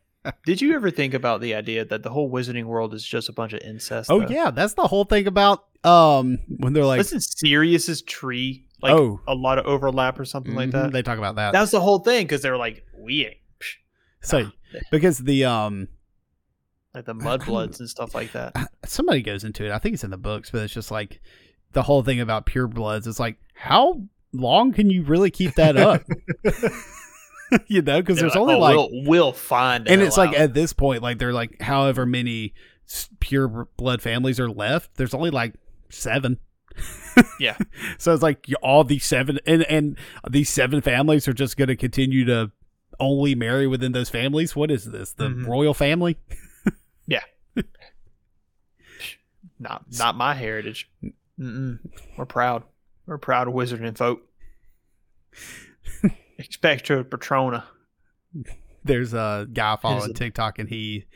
B: Did you ever think about the idea that the whole wizarding world is just a bunch of incest?
C: oh
B: though?
C: yeah that's the whole thing about um when they're like
B: Wasn't Sirius's tree like
C: Oh.
B: a lot of overlap or something like
C: mhm,
B: that?
C: they talk about that
B: That's the whole thing because they were like, we ain't. psh,
C: so because the um
B: Like the mudbloods and stuff like that.
C: somebody goes into it. I think it's in the books, but it's just like the whole thing about pure bloods. It's like how long can you really keep that up? you know, because
B: They're
C: there's only
B: "Oh,
C: like,
B: we'll, we'll find, the
C: and
B: hell
C: it's like
B: out."
C: at this point, like they're like however many s- pure blood families are left. There's only like seven.
B: Yeah.
C: So it's like you- all these seven, and and these seven families are just going to continue to only marry within those families. What is this? The
B: Mhm.
C: royal family?
B: not not my heritage. Mm-mm. We're proud. We're proud of wizarding folk. Expecto Patrona.
C: there's a guy I follow
B: There's
C: on
B: a-
C: TikTok and he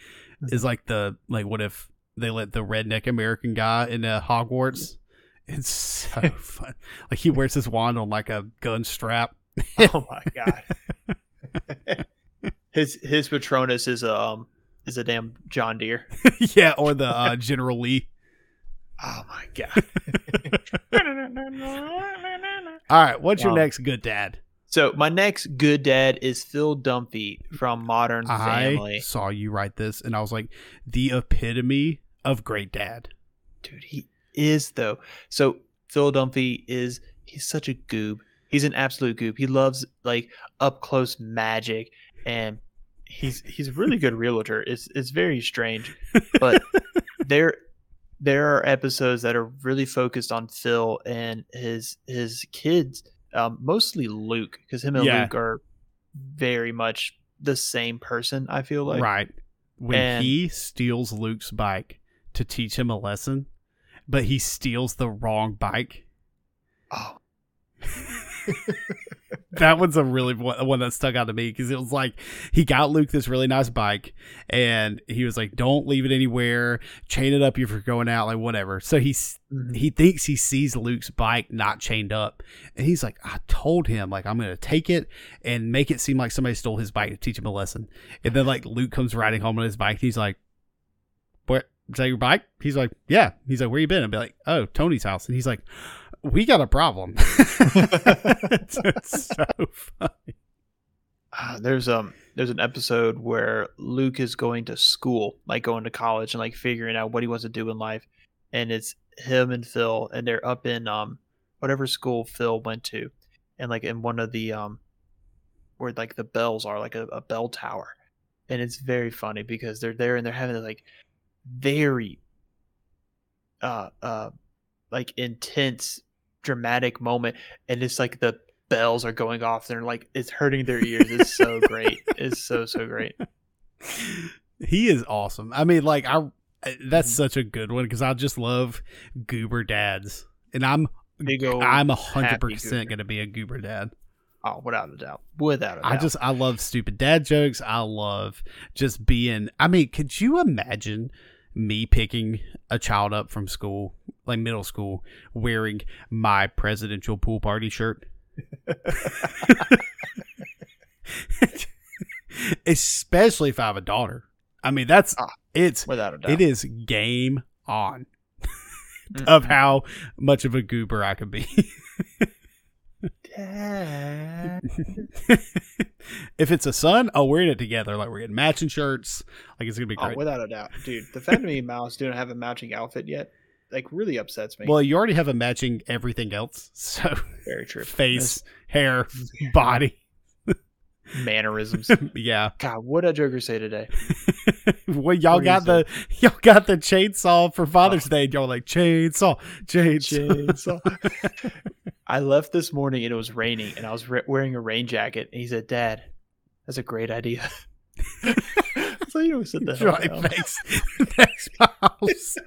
C: is like the like what if they let the redneck American guy uh, into Hogwarts? It's so fun. Like he wears his wand on like a gun strap.
B: Oh my god. his his Patronus is a um, is a damn John Deere.
C: yeah, or the uh, General Lee.
B: Oh my god.
C: All right, what's your
B: Um,
C: next good dad?
B: so my next good dad is Phil Dumpy from Modern
C: I
B: Family.
C: saw you write this, and I was like, the epitome of great dad.
B: Dude, he is though. So Phil Dumpy is he's such a goob. He's an absolute goob. He loves like up close magic and he's he's a really good realtor. It's it's very strange. But there there are episodes that are really focused on Phil and his his kids, um, mostly Luke, because him and
C: Yeah.
B: Luke are very much the same person, I feel like.
C: right. When
B: and-
C: he steals Luke's bike to teach him a lesson, but he steals the wrong bike.
B: Oh
C: That one's a really one one that stuck out to me because it was like he got Luke this really nice bike and he was like, "Don't leave it anywhere. Chain it up if you're going out, like whatever." So he's he thinks he sees Luke's bike not chained up. And he's like, I told him, like, I'm going to take it and make it seem like somebody stole his bike to teach him a lesson. And then, like, Luke comes riding home on his bike. He's like, Where is that your bike? He's like, Yeah. He's like, Where you been? I'd be like, Oh, Tony's house. And he's like, We got a problem. it's so funny.
B: Uh, there's um there's an episode where Luke is going to school, like going to college and like figuring out what he wants to do in life, and it's him and Phil, and they're up in um whatever school Phil went to, and like in one of the um where like the bells are, like a, a bell tower, and it's very funny because they're there and they're having like very uh uh like intense dramatic moment, and it's like the bells are going off. They're like it's hurting their ears. It's so great. It's so so great.
C: he is awesome. I mean, like I that's
B: Mm-hmm.
C: such a good one because I just love goober dads, and I'm
B: Big old
C: I'm a
B: Oh, happy
C: hundred percent
B: goober.
C: gonna be a goober dad.
B: Oh, without a doubt. Without a doubt.
C: I just I love stupid dad jokes. I love just being. I mean, could you imagine me picking a child up from school, like middle school, wearing my presidential pool party shirt? Especially if I have a daughter. I mean, that's
B: Ah,
C: it's
B: without a doubt.
C: it is game on
B: Mm.
C: of how much of a goober I could be.
B: Dad.
C: if it's a son, oh, we're in it together. Like we're getting matching shirts. Like it's gonna be
B: Oh,
C: great.
B: without a doubt, dude. The fact that me and Miles don't have a matching outfit yet, like, really upsets me.
C: well, you already have a matching everything else. So
B: Very true.
C: face, hair, body.
B: That's mannerisms.
C: Yeah.
B: God, what did Joker say today?
C: well, y'all
B: What
C: got
B: is
C: the y'all got the chainsaw for Father's Day. And y'all like chainsaw, chainsaw.
B: Chainsaw. I left this morning and it was raining, and I was re- wearing a rain jacket. And he said, "Dad, that's a great idea." so you know, sit the hell
C: Right,
B: down.
C: thanks, thanks, Miles.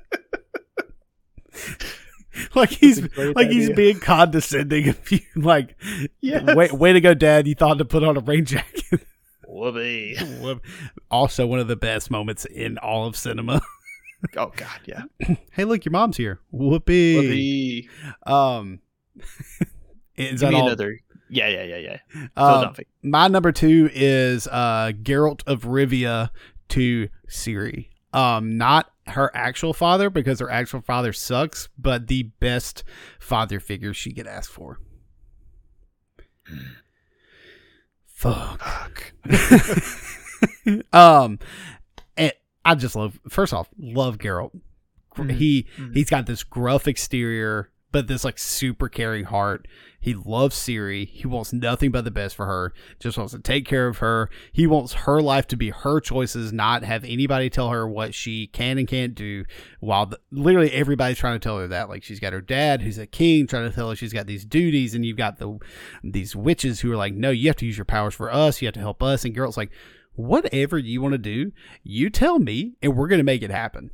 C: like he's
B: a great
C: like he's
B: idea.
C: being condescending. If you like,
B: Yes.
C: way way to go, Dad! You thought to put on a rain jacket.
B: Whoopee.
C: Whoop. also, one of the best moments in all of cinema.
B: Oh God, yeah.
C: hey, look, your mom's here. Whoopee!
B: Whoopee.
C: Um, is
B: Give
C: that
B: me
C: all?
B: another. Yeah, yeah, yeah, yeah.
C: Um,
B: Philadelphia.
C: my number two is uh Geralt of Rivia to Siri. Um, not her actual father because her actual father sucks, but the best father figure she could ask for. Fuck.
B: Fuck.
C: um, and I just love. First off, love Geralt. Gr-
B: Mhm.
C: He
B: Mhm.
C: he's got this gruff exterior, but this like super caring heart. He loves Siri. He wants nothing but the best for her. Just wants to take care of her. He wants her life to be her choices, not have anybody tell her what she can and can't do. While the, literally everybody's trying to tell her that, like she's got her dad who's a king trying to tell her she's got these duties, and you've got the these witches who are like, no, you have to use your powers for us. You have to help us. And Geralt's like, whatever you want to do, you tell me, and we're gonna make it happen.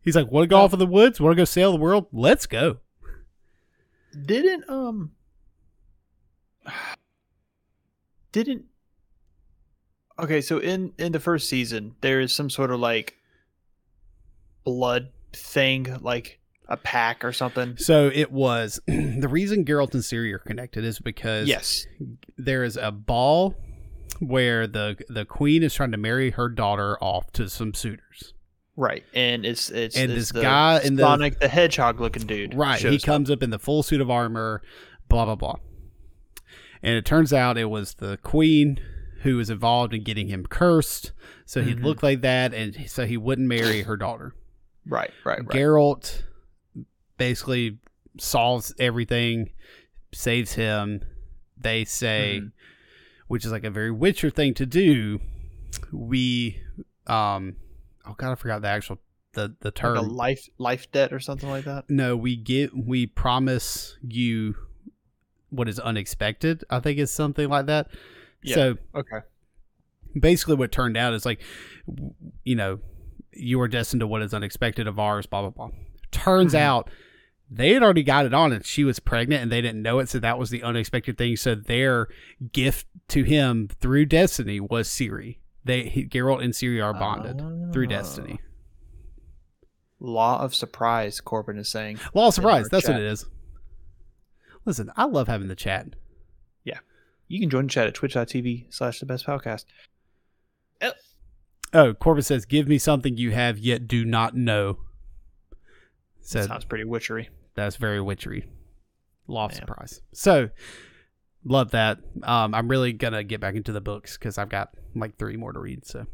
C: He's like, want to go off in the woods? Want to go sail the world? Let's go.
B: Didn't um. Didn't. Okay, so in in the first season, there is some sort of like blood thing, like a pack or something.
C: So it was the reason Geralt and Ciri are connected is because
B: Yes.
C: there is a ball where the the queen is trying to marry her daughter off to some suitors.
B: Right. And it's it's
C: And
B: it's
C: this guy in the-
B: Sonic the Hedgehog looking dude.
C: Right. He
B: shows up.
C: comes up in the full suit of armor, blah blah blah. And it turns out it was the queen who was involved in getting him cursed, so he
B: Mhm.
C: looked like that, and so he wouldn't marry her daughter.
B: Right, right, right.
C: Geralt basically solves everything, saves him. They say,
B: Mhm.
C: which is like a very Witcher thing to do. We, um, oh god, I forgot the actual the the term.
B: like a life life debt or something like that.
C: no, we get we promise you what is unexpected. I think is something like that.
B: Yeah.
C: So
B: Okay.
C: basically what turned out is like w- you know you are destined to what is unexpected of ours blah blah blah turns
B: Mhm.
C: out they had already got it on and she was pregnant and they didn't know it so that was the unexpected thing so their gift to him through destiny was Siri they he, Geralt and Siri are bonded through
B: Ah.
C: destiny
B: Law of surprise, Corbin is saying.
C: law of surprise
B: our
C: that's what
B: chat.
C: it is listen I love having the chat
B: You can join the chat at twitch.tv slash the best podcast.
C: oh Corbin says give me something you have yet do not know
B: That
C: said
B: sounds pretty witchery.
C: That's very witchery. Law of
B: Yeah.
C: surprise. So love that. Um, I'm really gonna get back into the books because I've got like three more to read. So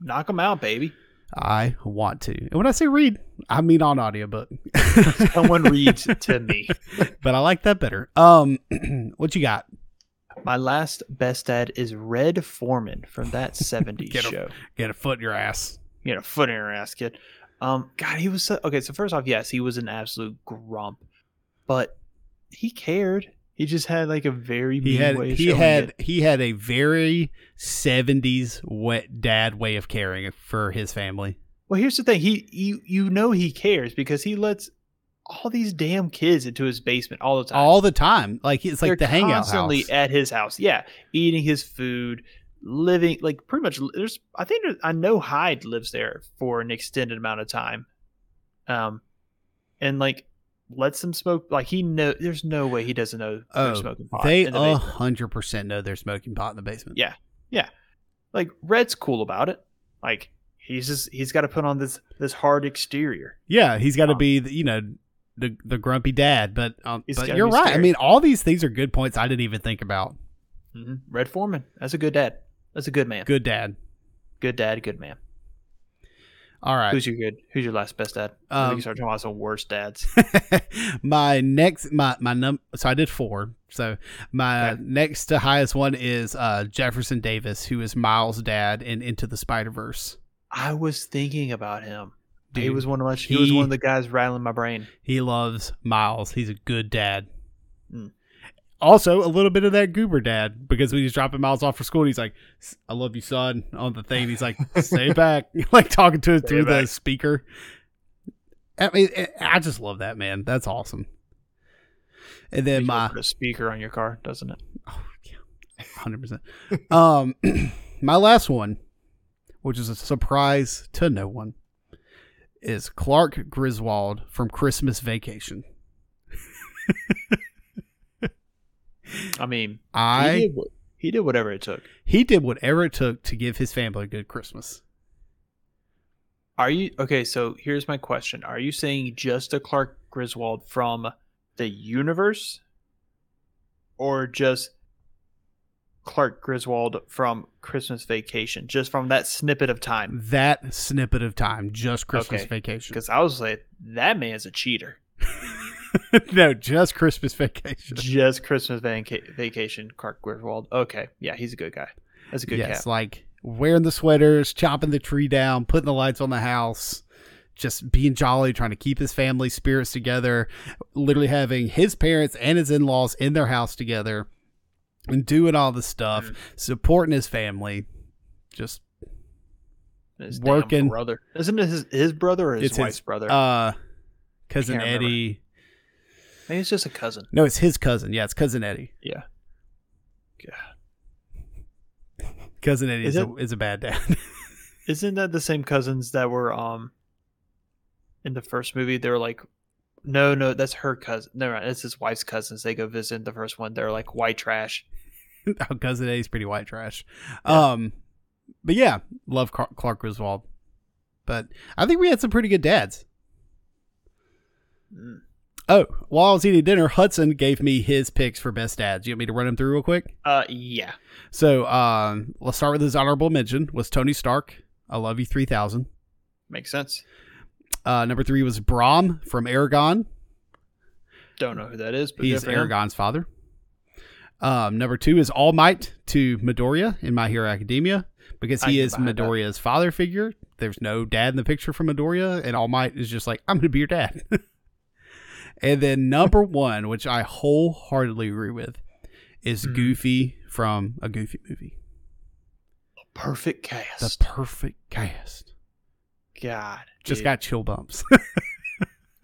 B: Knock them out, baby.
C: I want to. And when I say read, I mean on audiobook.
B: Someone reads to me.
C: but I like that better. Um, what you got?
B: My last best ad is Red Foreman from that 70s
C: Get 'em.
B: show.
C: Get a foot in your ass.
B: You know, foot in your ass, kid. Um, God, he was so, okay. So first off, yes, he was an absolute grump, but he cared. He just had like a very
C: He
B: mean
C: had
B: way of
C: he
B: showing
C: had
B: it.
C: he had a very '70s wet dad way of caring for his family.
B: Well, here's the thing. He you you know he cares because he lets all these damn kids into his basement all the time.
C: All the time, like it's like the hangout
B: constantly
C: house.
B: at his house. Yeah, eating his food, living like pretty much. There's, I think there- I know Hyde lives there for an extended amount of time, um, and like lets them smoke. Like he know, there's no way he doesn't know
C: Oh,
B: they're smoking pot.
C: They
B: in the
C: a
B: basement.
C: hundred percent know they're smoking pot in the basement.
B: Yeah. like Red's cool about it. Like he's just he's got to put on this this hard exterior.
C: Yeah, he's got to
B: Um,
C: be the, you know the the grumpy dad, but um,
B: He's
C: but
B: gotta
C: you're
B: be
C: right. I
B: scary.
C: mean, all these things are good points I didn't even think about.
B: Mhm. Red Foreman, that's a good dad. That's a good man. Good,
C: Good dad.
B: dad, good man.
C: All right.
B: Who's your good? Who's your last best dad? we
C: Um,
B: can start talking about some worst dads.
C: my next my my num so I did 4. So my
B: Okay.
C: next to highest one is uh Jefferson Davis who is Miles' dad in Into the Spider-Verse.
B: I was thinking about him. he
C: Dude,
B: was one of my. He, was one
C: he-
B: of the guys rattling my brain.
C: He loves Miles. He's a good dad.
B: Mm.
C: Also, a little bit of that goober dad because when he's dropping Miles off for school, he's like, "S- "I love you, son," on the thing. He's like, "Stay back," like talking to it
B: Stay
C: through the
B: back.
C: speaker. I mean, I- I just love that man. That's awesome. And then
B: You
C: my
B: put a speaker on your car, doesn't it?
C: hundred percent. Um, my last one, which is a surprise to no one, is Clark Griswold from Christmas Vacation.
B: I mean,
C: I
B: he, did, what- he did whatever it took.
C: He did whatever it took to give his family a good Christmas.
B: Are you okay? So here's my question: Are you saying just a Clark Griswold from the universe, or just Clark Griswold from Christmas Vacation, just from that snippet of time?
C: That snippet of time, just Christmas
B: Okay,
C: vacation.
B: Because I was like, that man's a cheater.
C: no, just Christmas vacation.
B: Just Christmas vaca- Vacation, Clark Griswold. Okay, yeah, he's a good guy. That's a good
C: yes,
B: cat.
C: like wearing the sweaters, chopping the tree down, putting the lights on the house, just being jolly, trying to keep his family spirits together, literally having his parents and his in laws in their house together and doing all the stuff,
B: Mm.
C: supporting his family. Just,
B: his
C: Working.
B: damn brother. Isn't it his, his brother or his
C: It's his-
B: wife's brother?
C: uh, cousin
B: can't remember.
C: Eddie.
B: Maybe it's just a cousin.
C: No, it's his cousin. Yeah, it's cousin Eddie.
B: Yeah.
C: Cousin Eddie is,
B: Is
C: a, is a bad dad.
B: Isn't that the same cousins that were um in the first movie? They were like no, no, that's her cousin. No, right, that's his wife's cousins. They go visit the first one. They're like white trash.
C: Our Oh, cousin A is pretty white trash. Um, but yeah, love Car- Clark Griswold. But I think we had some pretty good dads.
B: Mm.
C: Oh, while I was eating dinner, Hudson gave me his picks for best dads. You want me to run them through real quick?
B: Uh, yeah.
C: So um, let's start with his honorable mention was Tony Stark. I love you, three thousand.
B: Makes sense.
C: Uh, number three was Brom from Aragon.
B: Don't know who that is, but
C: He's
B: good for him.
C: Aragon's father. Um, number two is All Might to Midoriya in My Hero Academia because
B: I
C: he
B: can
C: is
B: buy that.
C: Midoriya's father figure. There's no dad in the picture from Midoriya, and All Might is just like, I'm going to be your dad. and then number one, which I wholeheartedly agree with, is
B: Mhm.
C: Goofy from a Goofy movie.
B: Perfect
C: The
B: cast.
C: perfect cast.
B: God,
C: Just
B: dude.
C: got chill bumps.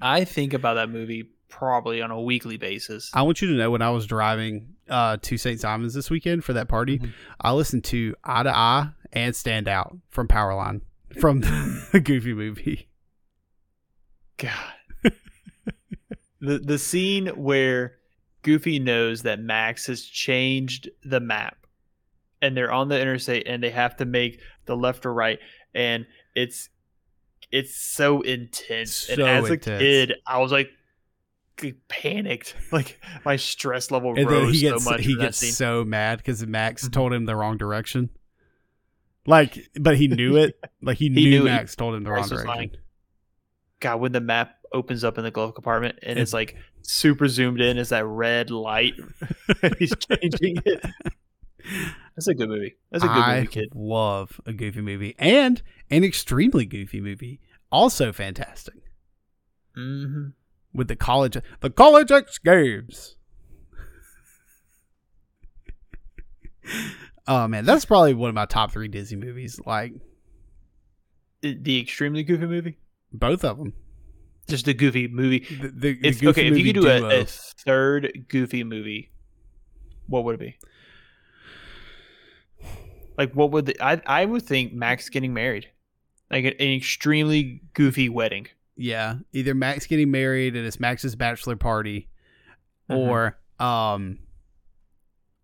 B: I think about that movie probably on a weekly basis.
C: I want you to know when I was driving uh, to St. Simon's this weekend for that party,
B: Mhm.
C: I listened to Eye to Eye and Stand Out from Powerline from the Goofy movie.
B: God. the the scene where Goofy knows that Max has changed the map and they're on the interstate and they have to make the left or right and it's it's so intense. and
C: So
B: as
C: intense.
B: a kid, I was like g- panicked. Like my stress level
C: And then
B: rose
C: he gets
B: so much
C: he
B: for that
C: gets
B: scene.
C: so mad because Max
B: Mhm.
C: told him the wrong direction. Like, but he knew it. Like he,
B: He
C: knew,
B: knew it.
C: Max told him the wrong
B: Max was
C: direction.
B: lying. God, when the map opens up in the glove compartment and
C: It-
B: it's like super zoomed in, is that red light? He's changing it. That's a good movie. That's a good
C: I
B: movie, kid.
C: love a Goofy movie and an extremely Goofy movie. Also fantastic
B: Mm-hmm.
C: with the college the college X Games. oh man, that's probably one of my top three Disney movies. Like
B: The extremely goofy movie,
C: both of them.
B: just the goofy movie.
C: The, the, the
B: If
C: Goofy
B: okay, if you
C: movie
B: could do
C: duo.
B: a, a third goofy movie, what would it be? Like, what would the, I? I would think Max getting married, like an, an extremely goofy wedding.
C: yeah, either Max getting married and it's Max's bachelor party,
B: Mhm.
C: or um,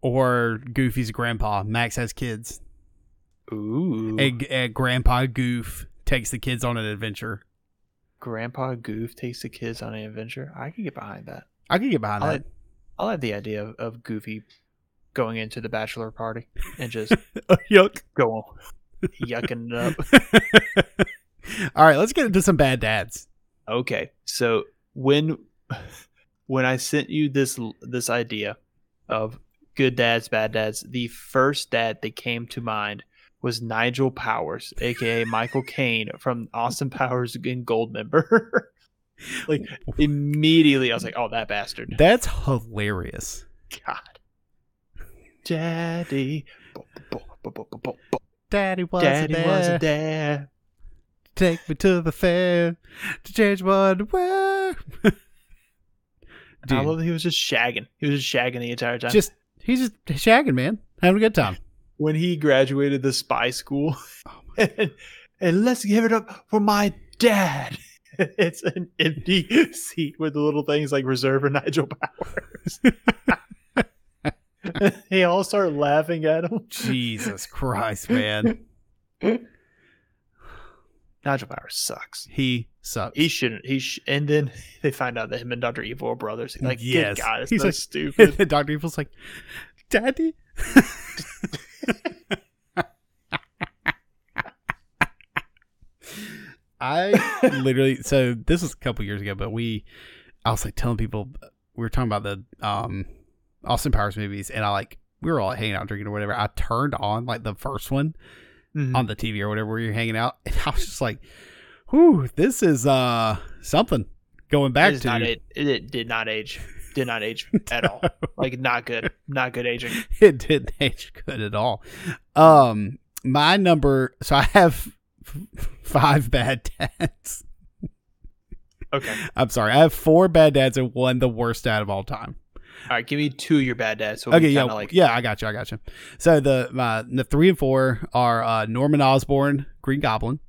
C: or Goofy's grandpa. Max has kids,
B: Ooh,
C: and, and Grandpa Goof takes the kids on an adventure.
B: Grandpa Goof takes the kids on an adventure. I can get behind that.
C: I could get behind
B: I
C: that.
B: like- I like the idea of, of Goofy going into the bachelor party and just
C: Yuck.
B: going yucking it up.
C: All right, let's get into some bad dads.
B: Okay. So when when I sent you this this idea of good dads, bad dads, the first dad that came to mind was Nigel Powers, aka Michael Caine from Austin Powers and Goldmember. like immediately, I was like, "Oh, that bastard!"
C: That's hilarious.
B: God, Daddy, Bo- bo- bo- bo- bo- bo- bo-
C: Daddy wasn't
B: Daddy
C: there.
B: wasn't there.
C: Take me to the fair to change my underwear.
B: I
C: Dude,
B: love that he was just shagging. He was just shagging the entire time.
C: just he's just shagging, man, having a good time.
B: when he graduated the spy school.
C: Oh
B: and, and let's give it up for my dad. It's an empty seat with the little things like reserve for Nigel Powers. they all start laughing at him.
C: Jesus Christ, man,
B: Nigel Powers sucks.
C: he sucks.
B: He shouldn't. He sh- and then they find out that him and Doctor Evil are brothers. Like,
C: Yes.
B: good God, it's
C: He's
B: so
C: like-
B: stupid.
C: and Doctor Evil's like, Daddy. I literally so this was a couple years ago, but we I was like telling people we were talking about the um Austin Powers movies, and I like we were all hanging out drinking or whatever. I turned on like the first one
B: Mhm.
C: on the TV or whatever where you're hanging out, and I was just like, "Whew, this is uh something." Going
B: It
C: back
B: is
C: to
B: not a- it, it did not age. Did not age at all. Like, not good. Not good aging.
C: it didn't age good at all. Um, my number. So I have f- five bad dads.
B: Okay.
C: I'm sorry. I have four bad dads and one the worst dad of all time.
B: All right. Give me two of your bad dads. So
C: okay,
B: okay.
C: yeah,
B: Kind of like
C: yeah. I got you. I got you. So the my the three and four are uh, Norman Osborn, Green Goblin.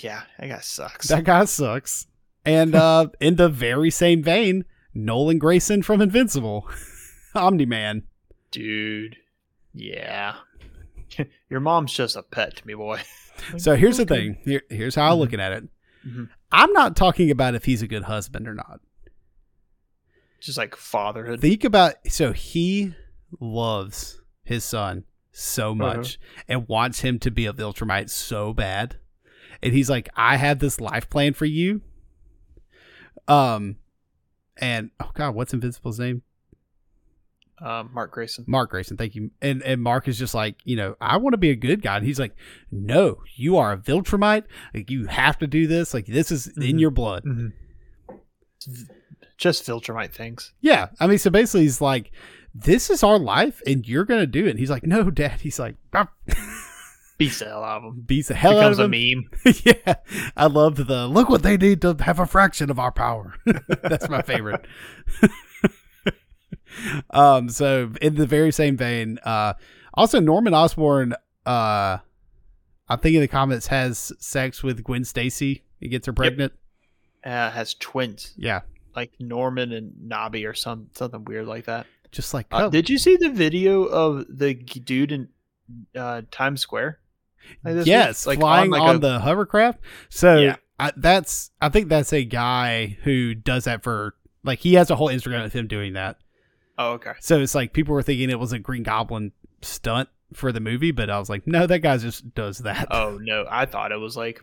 B: Yeah, that guy sucks.
C: That guy sucks. And uh, in the very same vein, Nolan Grayson from Invincible, Omni Man.
B: Dude. Yeah. Your mom's just a pet to me, boy.
C: So here's the thing. Here, here's how I'm looking at it.
B: Mhm.
C: I'm not talking about if he's a good husband or not.
B: Just like fatherhood.
C: Think about so he loves his son so much and wants him to be a Viltrumite so bad. And he's like, I have this life plan for you. Um and oh god, what's Invincible's name?
B: um, Mark Grayson.
C: Mark Grayson, thank you. And and Mark is just like, you know, I want to be a good guy. And he's like, No, you are a Viltrumite. Like you have to do this. Like this is in
B: Mhm.
C: your blood.
B: Just filter my things.
C: Yeah. I mean, so basically he's like, This is our life and you're gonna do it. And he's like, No, Dad. He's like, "Ah."
B: Beats the hell out of him.
C: beats the hell out
B: Becomes
C: of him.
B: a meme.
C: yeah. I loved the look what they need to have a fraction of our power. That's my favorite. um, so in the very same vein, uh also Norman Osborn uh I think in the comments has sex with Gwen Stacy. He gets her pregnant.
B: Uh, has twins
C: Yeah.
B: like Norman and Nobby or some something weird like that.
C: Just like
B: Uh,
C: oh,
B: Did you see the video of the g- dude in uh, Times Square? Like this
C: yes,
B: week?
C: flying on,
B: like, a-
C: the hovercraft. So
B: Yeah.
C: I, that's I think that's a guy who does that for like he has a whole Instagram of him doing that.
B: Oh, okay.
C: So it's like people were thinking it was a Green Goblin stunt for the movie, but I was like, no, that guy just does that.
B: Oh no, I thought it was like,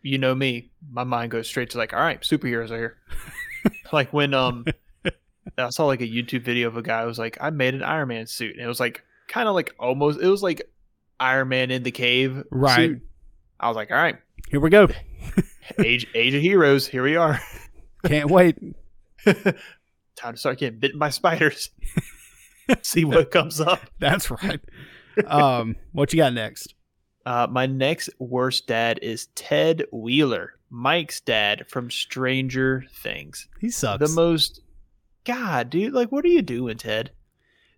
B: you know me. My mind goes straight to like, all right, superheroes are here. like when um, I saw like a YouTube video of a guy who was like, I made an Iron Man suit, and it was like kind of like almost, it was like Iron Man in the cave,
C: right.
B: suit. I was like, all right,
C: Here we go.
B: age age of heroes, here we are.
C: Can't wait.
B: Time to start getting bitten by spiders. See what comes up.
C: That's right. Um, what you got next?
B: Uh, my next worst dad is Ted Wheeler, Mike's dad from Stranger Things.
C: He sucks.
B: The most, God, dude, like, what are you doing, Ted?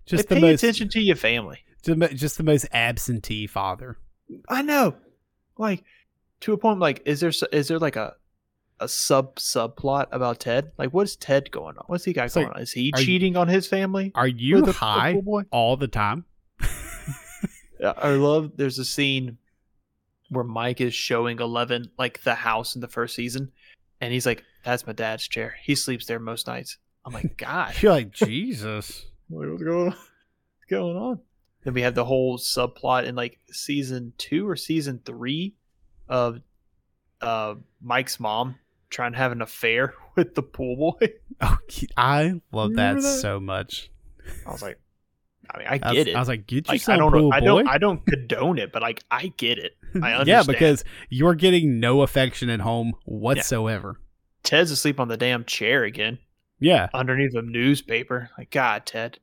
C: just
B: Like,
C: the
B: pay
C: most,
B: attention to your family.
C: the mo- just the most absentee father.
B: I know, like, to a point. Like, is there s- is there like a a sub subplot about Ted? Like, what's Ted going on? What's he got
C: It's
B: going
C: like,
B: on? Is he
C: are you-
B: cheating on his family?
C: Are you
B: with a- a
C: high
B: pool boy?
C: all the time?
B: Yeah, I love there's a scene where Mike is showing Eleven like the house in the first season, and he's like, "That's my dad's chair. He sleeps there most nights." I'm like, "God,
C: You're like Jesus.
B: what's going on?" What's going on? Then we have the whole subplot in like season two or season three of uh, Mike's mom trying to have an affair with the pool boy.
C: Oh, he- I love that,
B: Remember that?
C: so much.
B: I was like, I mean, I
C: I was,
B: get it.
C: I was like, get
B: like, I
C: yourself a
B: don't,
C: pool
B: I
C: boy.
B: don't, I don't condone it, but like, I get it. I understand.
C: yeah, because you're getting no affection at home whatsoever.
B: Ted's asleep on the damn chair again
C: yeah.
B: underneath a newspaper. Like, God, Ted.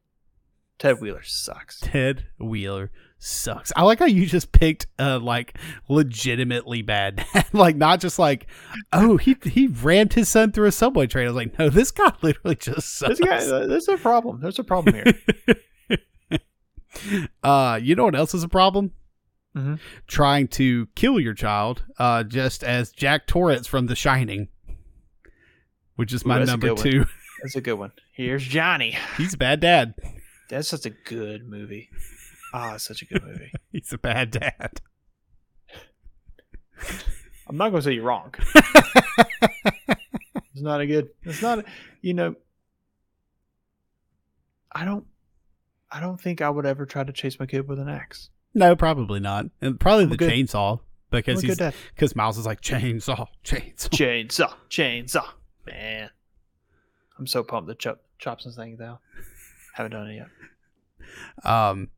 B: Ted Wheeler sucks.
C: Ted Wheeler sucks. I like how you just picked uh like legitimately bad dad. like not just like oh he he rammed his son through a subway train. I was like no this guy literally just
B: This
C: sucks.
B: guy, there's a problem. There's a problem here.
C: uh you know what else is a problem?
B: Mhm.
C: Trying to kill your child uh just as Jack Torrance from The Shining which is
B: Ooh,
C: my
B: that's a
C: number
B: good one.
C: 2.
B: That's a good one. Here's Johnny.
C: He's a bad dad.
B: That's such a good movie. Ah, it's such a good movie.
C: He's a bad dad.
B: I'm not gonna say you're wrong. it's not a good. It's not. a- You know, I don't. I don't think I would ever try to chase my kid with an axe.
C: No, probably not. And probably
B: I'm
C: the
B: good. I'm
C: chainsaw because
B: a
C: he's
B: good dad.
C: because Miles is like chainsaw, chainsaw.
B: Chainsaw, chainsaw, man. I'm so pumped that Chop Chopson's thing though. Haven't done it yet.
C: Um,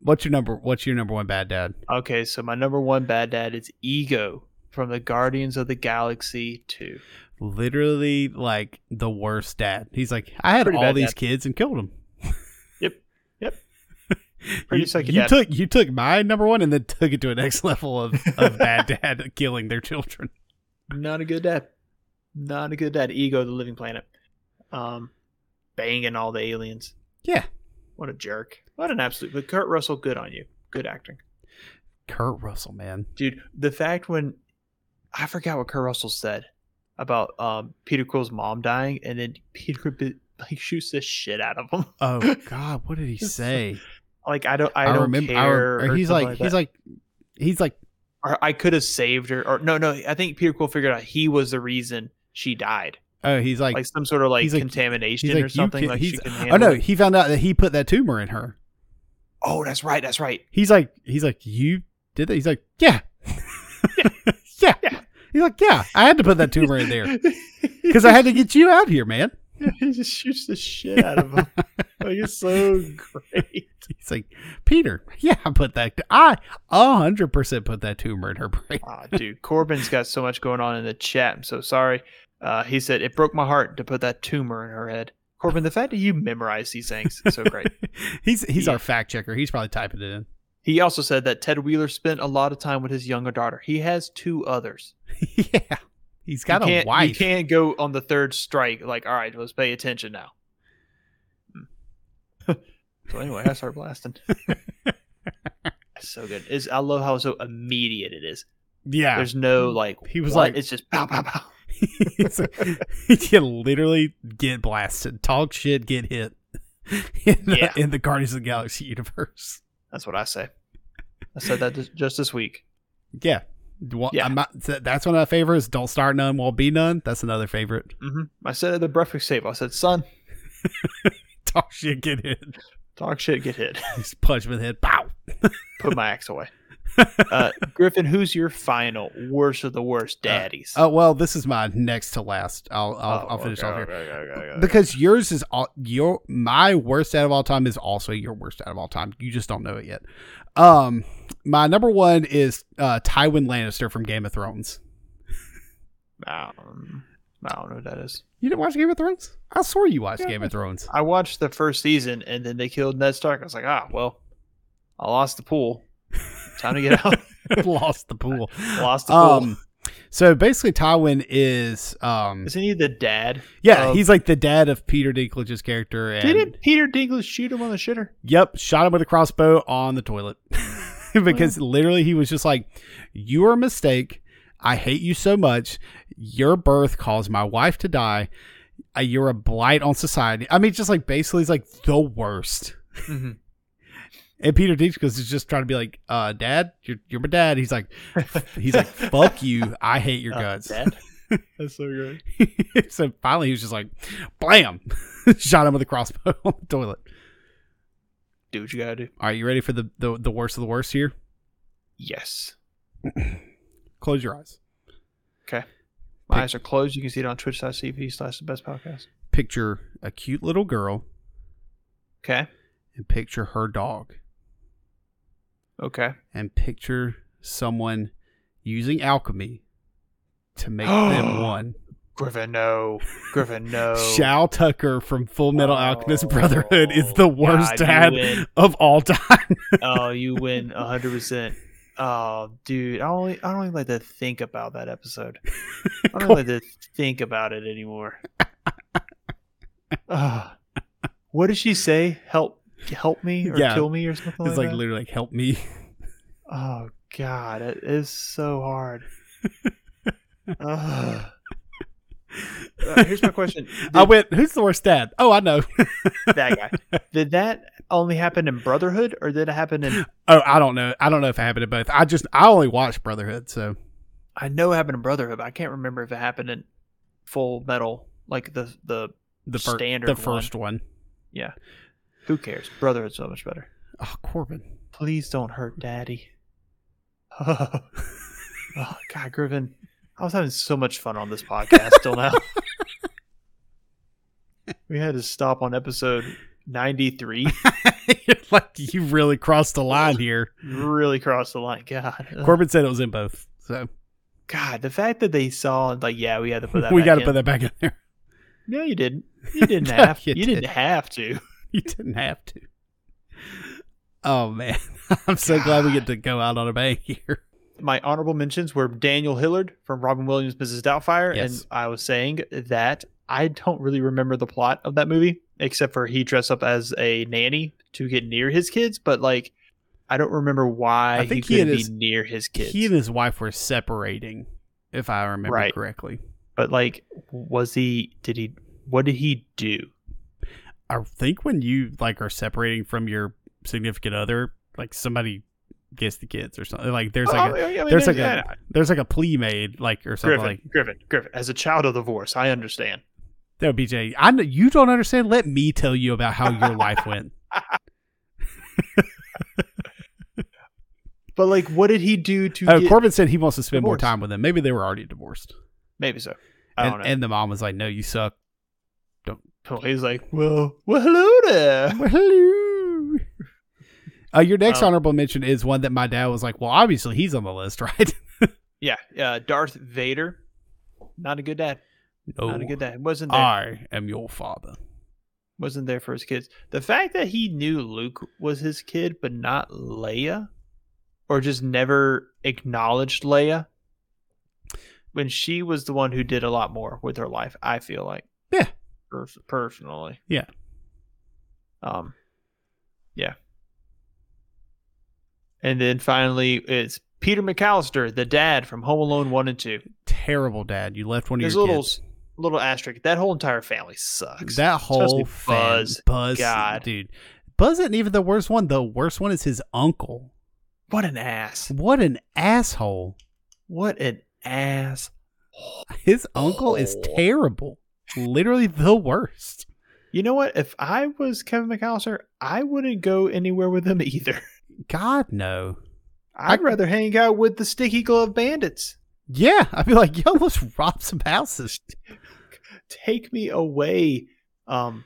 C: what's your number? What's your number one bad dad?
B: Okay, so my number one bad dad is Ego from the Guardians of the Galaxy Two.
C: Literally, like the worst dad. He's like, I had
B: Pretty
C: all
B: bad
C: these
B: dad.
C: kids and killed them.
B: Yep. Yep.
C: you,
B: Pretty sucky
C: you
B: dad.
C: took you took my number one and then took it to a next level of, of bad dad killing their children.
B: Not a good dad. Not a good dad. Ego, the Living Planet, um, banging all the aliens.
C: Yeah.
B: What a jerk. What an absolute. But Kurt Russell, good on you. Good acting,
C: Kurt Russell, man.
B: dude. The fact when I forgot what Kurt Russell said, about um, Peter Quill's mom dying, and then Peter bit, like shoots the shit out of him.
C: Oh God, what did he say?
B: Like I don't, I, don't
C: remember. I
B: care.
C: rem- or
B: or
C: he's
B: something
C: like, he's
B: that.
C: like, he's like,
B: or I could have saved her, or no, no. I think Peter Quill figured out he was the reason she died,
C: oh, he's like,
B: like, some sort of like
C: he's like-
B: contamination
C: he's like,
B: or
C: you
B: something.
C: can-
B: like
C: he's-
B: she can
C: oh
B: handle.
C: no,
B: it.
C: he found out that he put that tumor in her.
B: oh, that's right, that's right.
C: He's like, he's like, you did that. He's like, yeah, yeah.
B: Yeah.
C: He's like, yeah, I had to put that tumor in there because I had to get you out here, man.
B: he just shoots the shit out of him. like it's so great.
C: He's like, Peter, yeah, I put that. I a hundred percent put that tumor in her brain.
B: Ah, dude, Corbin's got so much going on in the chat. I'm so sorry. Uh, he said it broke my heart to put that tumor in her head. Corbin, the fact that you memorize these things is so Oh, great.
C: he's he's
B: Yeah.
C: our fact checker. He's probably typing it in.
B: He also said that Ted Wheeler spent a lot of time with his younger daughter. He has two others.
C: yeah, he's got
B: you
C: a
B: can't, You
C: wife.
B: can't go on the third strike like, all right, let's pay attention now. Hmm. so anyway, I start blasting. It's so good. It's, I love how so immediate it is.
C: Yeah,
B: There's no like
C: He was
B: what,
C: like-
B: it's just pow pow pow.
C: It's like, you can literally get blasted, talk shit, get hit in the,
B: Yeah.
C: in the Guardians of the Galaxy universe.
B: That's what I say. I said that just, just this week.
C: Yeah. Well,
B: Yeah.
C: I'm not- th- that's one of my favorites. Don't start none, won't be none. That's another favorite.
B: hmm I said at the breakfast table. I said, "Son,
C: Talk shit, get hit.
B: talk shit, get hit.
C: Just punch him in the head. Pow.
B: Put my axe away." Uh, Griffin, who's your final worst of the worst daddies?
C: Oh well, this is my next to last. I'll I'll,
B: Oh,
C: I'll finish
B: okay,
C: off here
B: okay, okay, okay, okay.
C: because yours is all your my worst out of all time is also your worst out of all time. You just don't know it yet. Um, my number one is uh, Tywin Lannister from Game of Thrones.
B: Um, I don't know what that is.
C: You didn't watch Game of Thrones? I swear you watched
B: Yeah.
C: Game of Thrones.
B: I watched the first season, and then they killed Ned Stark. I was like, ah, well, I lost the pool. Time to get out.
C: Lost the pool.
B: lost the pool.
C: Um, so basically, Tywin is um,
B: Isn't he the dad?
C: yeah,
B: of-
C: he's like the dad of Peter Dinklage's character. And,
B: Didn't Peter Dinklage shoot him on the shitter?
C: Yep, shot him with a crossbow on the toilet because literally he was just like, "You are a mistake. I hate you so much. Your birth caused my wife to die. Uh, You're a blight on society." I mean, just like basically, he's like the worst.
B: Mhm.
C: And Peter Dinklage is just trying to be like, uh, "Dad, you're, you're my dad." He's like, he's like, "Fuck you. I hate your
B: Uh,
C: guts."
B: Dad. That's so great.
C: so finally, he was just like, "Blam!" shot him with a crossbow on the toilet.
B: Do what you gotta do.
C: All right, you ready for the the, the worst of the worst here?
B: Yes.
C: Close your eyes.
B: Okay. My
C: Pick-
B: eyes are closed. You can see it on twitch.tv slash the best podcast.
C: Picture a cute little girl
B: Okay.
C: and picture her dog
B: Okay.
C: and picture someone using alchemy to make them one.
B: Griffin, no. Griffin, no.
C: Shao Tucker from Full Metal Alchemist
B: Oh,
C: Brotherhood is the worst
B: God, you
C: dad
B: win.
C: of all time.
B: oh, you win hundred percent. Oh, dude, I only I don't even like to think about that episode. I don't like to think about it anymore. Ah. what did she say? Help, help me or
C: Yeah.
B: kill me or something like
C: it's like
B: that.
C: literally like help me.
B: oh God, it is so hard. Ugh. Uh, here's my question:
C: I
B: Did-
C: went, who's the worst dad? Oh, I know.
B: That guy. Did that only happen in Brotherhood, or did it happen in?
C: Oh, I don't know. I don't know if it happened to both. I just I only watched Brotherhood, so
B: I know it happened in Brotherhood, but I can't remember if it happened in Full Metal, like the the
C: the fir-
B: Standard
C: the
B: one.
C: first one.
B: yeah. Who cares? Brotherhood's so much better.
C: Oh, Corbin.
B: Please don't hurt Daddy. Oh, God, Griffin, I was having so much fun on this podcast till now. we had to stop on episode ninety three.
C: like you really crossed the line here.
B: Really crossed the line, God. Ugh.
C: Corbin said it was in both, so
B: God, the fact that they saw like, yeah, we had to put that.
C: we
B: got
C: got to put that back in there.
B: No, you didn't. You didn't
C: No,
B: have.
C: you
B: You,
C: did.
B: didn't have to.
C: You didn't have to. Oh man, I'm so glad we get to go out on a bang here.
B: my honorable mentions were Daniel Hillard from Robin Williams' Mrs. Doubtfire,
C: Yes.
B: and I was saying that I don't really remember the plot of that movie except for he dressed up as a nanny to get near his kids, but like I don't remember why
C: I think he
B: he couldn't
C: and
B: be
C: his-
B: near his kids.
C: He and his wife were separating, if I remember
B: Right.
C: correctly.
B: But like, was he? Did he? What did he do?
C: I think when you like are separating from your significant other, like somebody gets the kids or something. Like there's like a,
B: I mean, I mean,
C: there's like
B: Oh, yeah,
C: a there's like a plea made like or something
B: Griffin,
C: like
B: Griffin, Griffin. As a child of divorce, I understand.
C: no BJ. I know you don't understand. Let me tell you about how your life went.
B: But like, what did he do to?
C: Oh,
B: get-
C: Corbin said he wants to spend more
B: Divorced.
C: time with them. Maybe they were already divorced.
B: Maybe so. I
C: And,
B: don't
C: and the mom was like, "No, you suck."
B: know. He's like, well, well, hello there.
C: Well, hello. Uh, your next
B: Um,
C: honorable mention is one that my dad was like, "Well, obviously he's on the list, right?"
B: Yeah, uh, Darth Vader. Not a good dad.
C: no,
B: Not a good
C: Oh,
B: dad. Wasn't there.
C: I am your father.
B: wasn't there for his kids. The fact that he knew Luke was his kid, but not Leia, or just never acknowledged Leia, when she was the one who did a lot more with her life, I feel like.
C: Yeah.
B: Pers- personally.
C: Yeah.
B: Um. Yeah. And then finally, it's Peter McAllister, the dad from Home Alone One and Two.
C: Terrible dad. You left one of
B: There's a
C: your
B: little,
C: kids.
B: little asterisk. That whole entire family sucks.
C: That whole
B: Especially
C: Buzz,
B: Buzz.
C: Buzz,
B: God.
C: dude. Buzz isn't even the worst one. The worst one is his uncle.
B: what an ass.
C: What an asshole!
B: What an ass.
C: His uncle is
B: Oh. terrible.
C: terrible. Literally the worst.
B: You know what? If I was Kevin McAllister, I wouldn't go anywhere with him either.
C: God no.
B: I'd rather hang out with the sticky glove bandits.
C: Yeah, I'd be like, yo, let's rob some houses.
B: Take me away. Um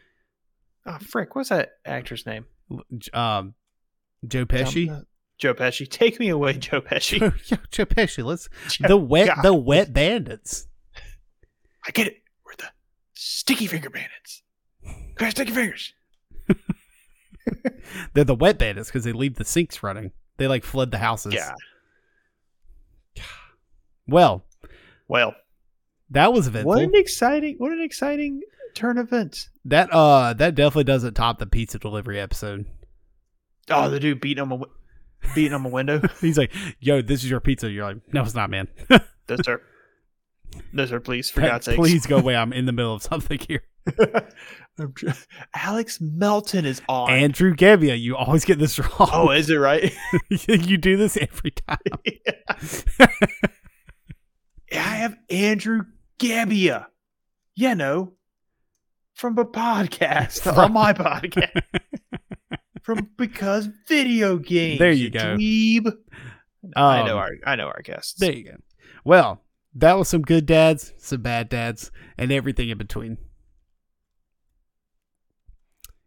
B: Oh frick, what's that actor's name?
C: Um, Joe Pesci.
B: Um, uh, Joe Pesci. Take me away, Joe Pesci.
C: Joe, Joe Pesci. Let's
B: Joe-
C: the wet
B: God.
C: the wet bandits.
B: I get it. We're the sticky finger bandits. Grab sticky fingers.
C: They're the wet bandits because they leave the sinks running. They like flood the houses.
B: Yeah.
C: Well,
B: Well,
C: that was eventful.
B: what an exciting what an exciting turn of events.
C: That uh, that definitely doesn't top the pizza delivery episode.
B: Oh, the dude beating on my wi- beating on my window.
C: He's like, "Yo, this is your pizza." You're like, "No, it's not, man.
B: No, sir. No, sir, please, for God's sake.
C: Please go away. I'm in the middle of something here."
B: I'm tr- Alex Melton is on.
C: Andrew Gavia, you always get this wrong.
B: oh, is it right?
C: you do this every time.
B: I have Andrew Gabia, you know, from a podcast, on my podcast. from Because Video Games.
C: There you go.
B: Dweeb. I, know
C: Um,
B: our, I know our guests.
C: There you go. Well, that was some good dads, some bad dads, and everything in between.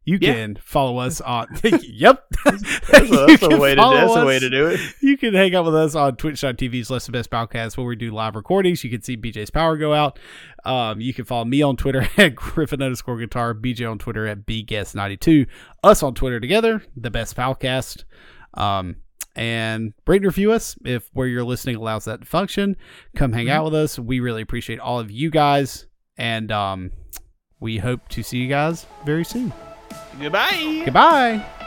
C: You
B: Yeah.
C: can follow us on. yep.
B: that's a,
C: You
B: that's a
C: can
B: way to,
C: follow
B: that's a
C: us.
B: way to do it.
C: You can hang out with us on twitch.tv slash the best podcast where we do live recordings. You can see BJ's power go out. Um, you can follow me on Twitter at Griffin underscore guitar, BJ on Twitter at BGuest92, us on Twitter together, the best podcast. Um, and rate and review us if where you're listening allows that to function. Come hang out with us. We really appreciate all of you guys. And um, we hope to see you guys very soon.
B: Goodbye.
C: Goodbye.